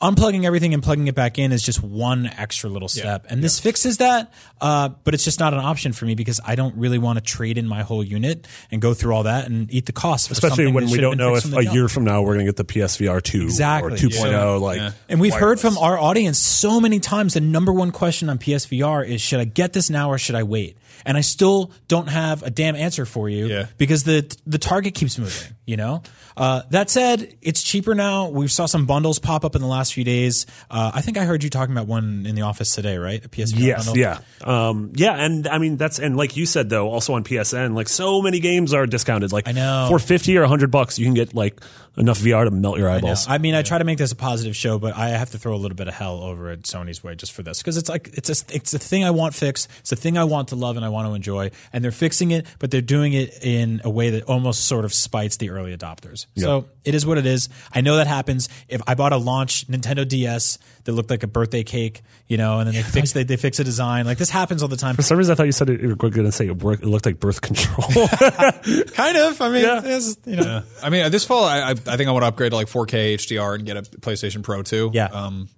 Unplugging everything and plugging it back in is just one extra little step, and this fixes that. Uh, but it's just not an option for me because I don't really want to trade in my whole unit and go through all that and eat the cost. For Especially something when that we should don't have been know fixed if from a the year jump. from now we're going to get the PSVR 2 Exactly. or Yeah. 2.0. Like, Yeah. And we've heard from wireless. our audience so many times the number one question on PSVR is should I get this now or should I wait? And I still don't have a damn answer for you Yeah. because the the target keeps moving, you know? Uh, that said, it's cheaper now. We saw some bundles pop up in the last few days. Uh, I think I heard you talking about one in the office today, right? A PSVR Yes, bundle. yeah, um, yeah, and I mean that's and like you said though, also on PSN, like so many games are discounted. Like I know. for fifty or hundred bucks, you can get like enough VR to melt your No, eyeballs. I mean, I try to make this a positive show, but I have to throw a little bit of hell over at Sony's way just for this because it's like it's a it's a thing I want fixed. It's a thing I want to love and I want to enjoy, and they're fixing it, but they're doing it in a way that almost sort of spites the early adopters. So it is what it is. I know that happens. If I bought a launch Nintendo DS that looked like a birthday cake, you know, and then they fix they, they fix a design like this happens all the time. for some reason, I thought you said it, you were going to say it, worked, it looked like birth control. Kind of. I mean, Yeah. it's, you know. I mean, this fall, I, I I think I want to upgrade to like 4K HDR and get a PlayStation Pro too. Yeah. Um,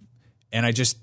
and I just,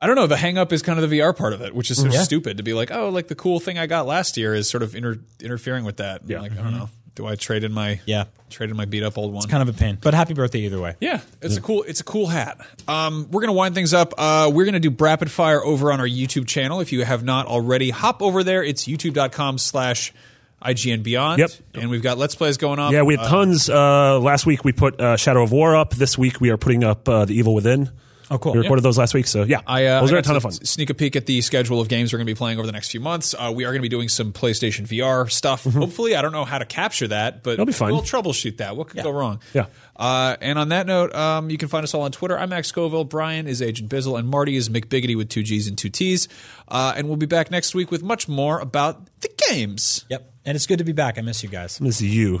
I don't know. The hang up is kind of the VR part of it, which is so stupid to be like, oh, like the cool thing I got last year is sort of inter- interfering with that. Yeah. Like, I don't know. Do I trade in my Yeah. trade in my beat up old one? Kind of a pain, but happy birthday either way. Yeah, it's a cool it's a cool hat. Um, we're gonna wind things up. Uh, we're gonna do rapid fire over on our YouTube channel. If you have not already, hop over there. It's youtube.com slash IGN Beyond. Yep. And we've got Let's Plays going on. yeah, we had tons. Uh, last week we put uh, Shadow of War up. This week we are putting up uh, The Evil Within. Oh, cool. We recorded those last week, so yeah, I, uh, those I are a got ton to of fun. Sneak a peek at the schedule of games we're going to be playing over the next few months. Uh, we are going to be doing some PlayStation VR stuff. Hopefully, I don't know how to capture that, Mm-hmm. but That'll be fine. we'll troubleshoot that. What could go wrong? Yeah. Uh, and on that note, um, you can find us all on Twitter. I'm Max Scoville. Brian is Agent Bizzle, and Marty is McBiggity with two G's and two T's. Uh, and we'll be back next week with much more about the games. Yep. And it's good to be back. I miss you guys. Miss you.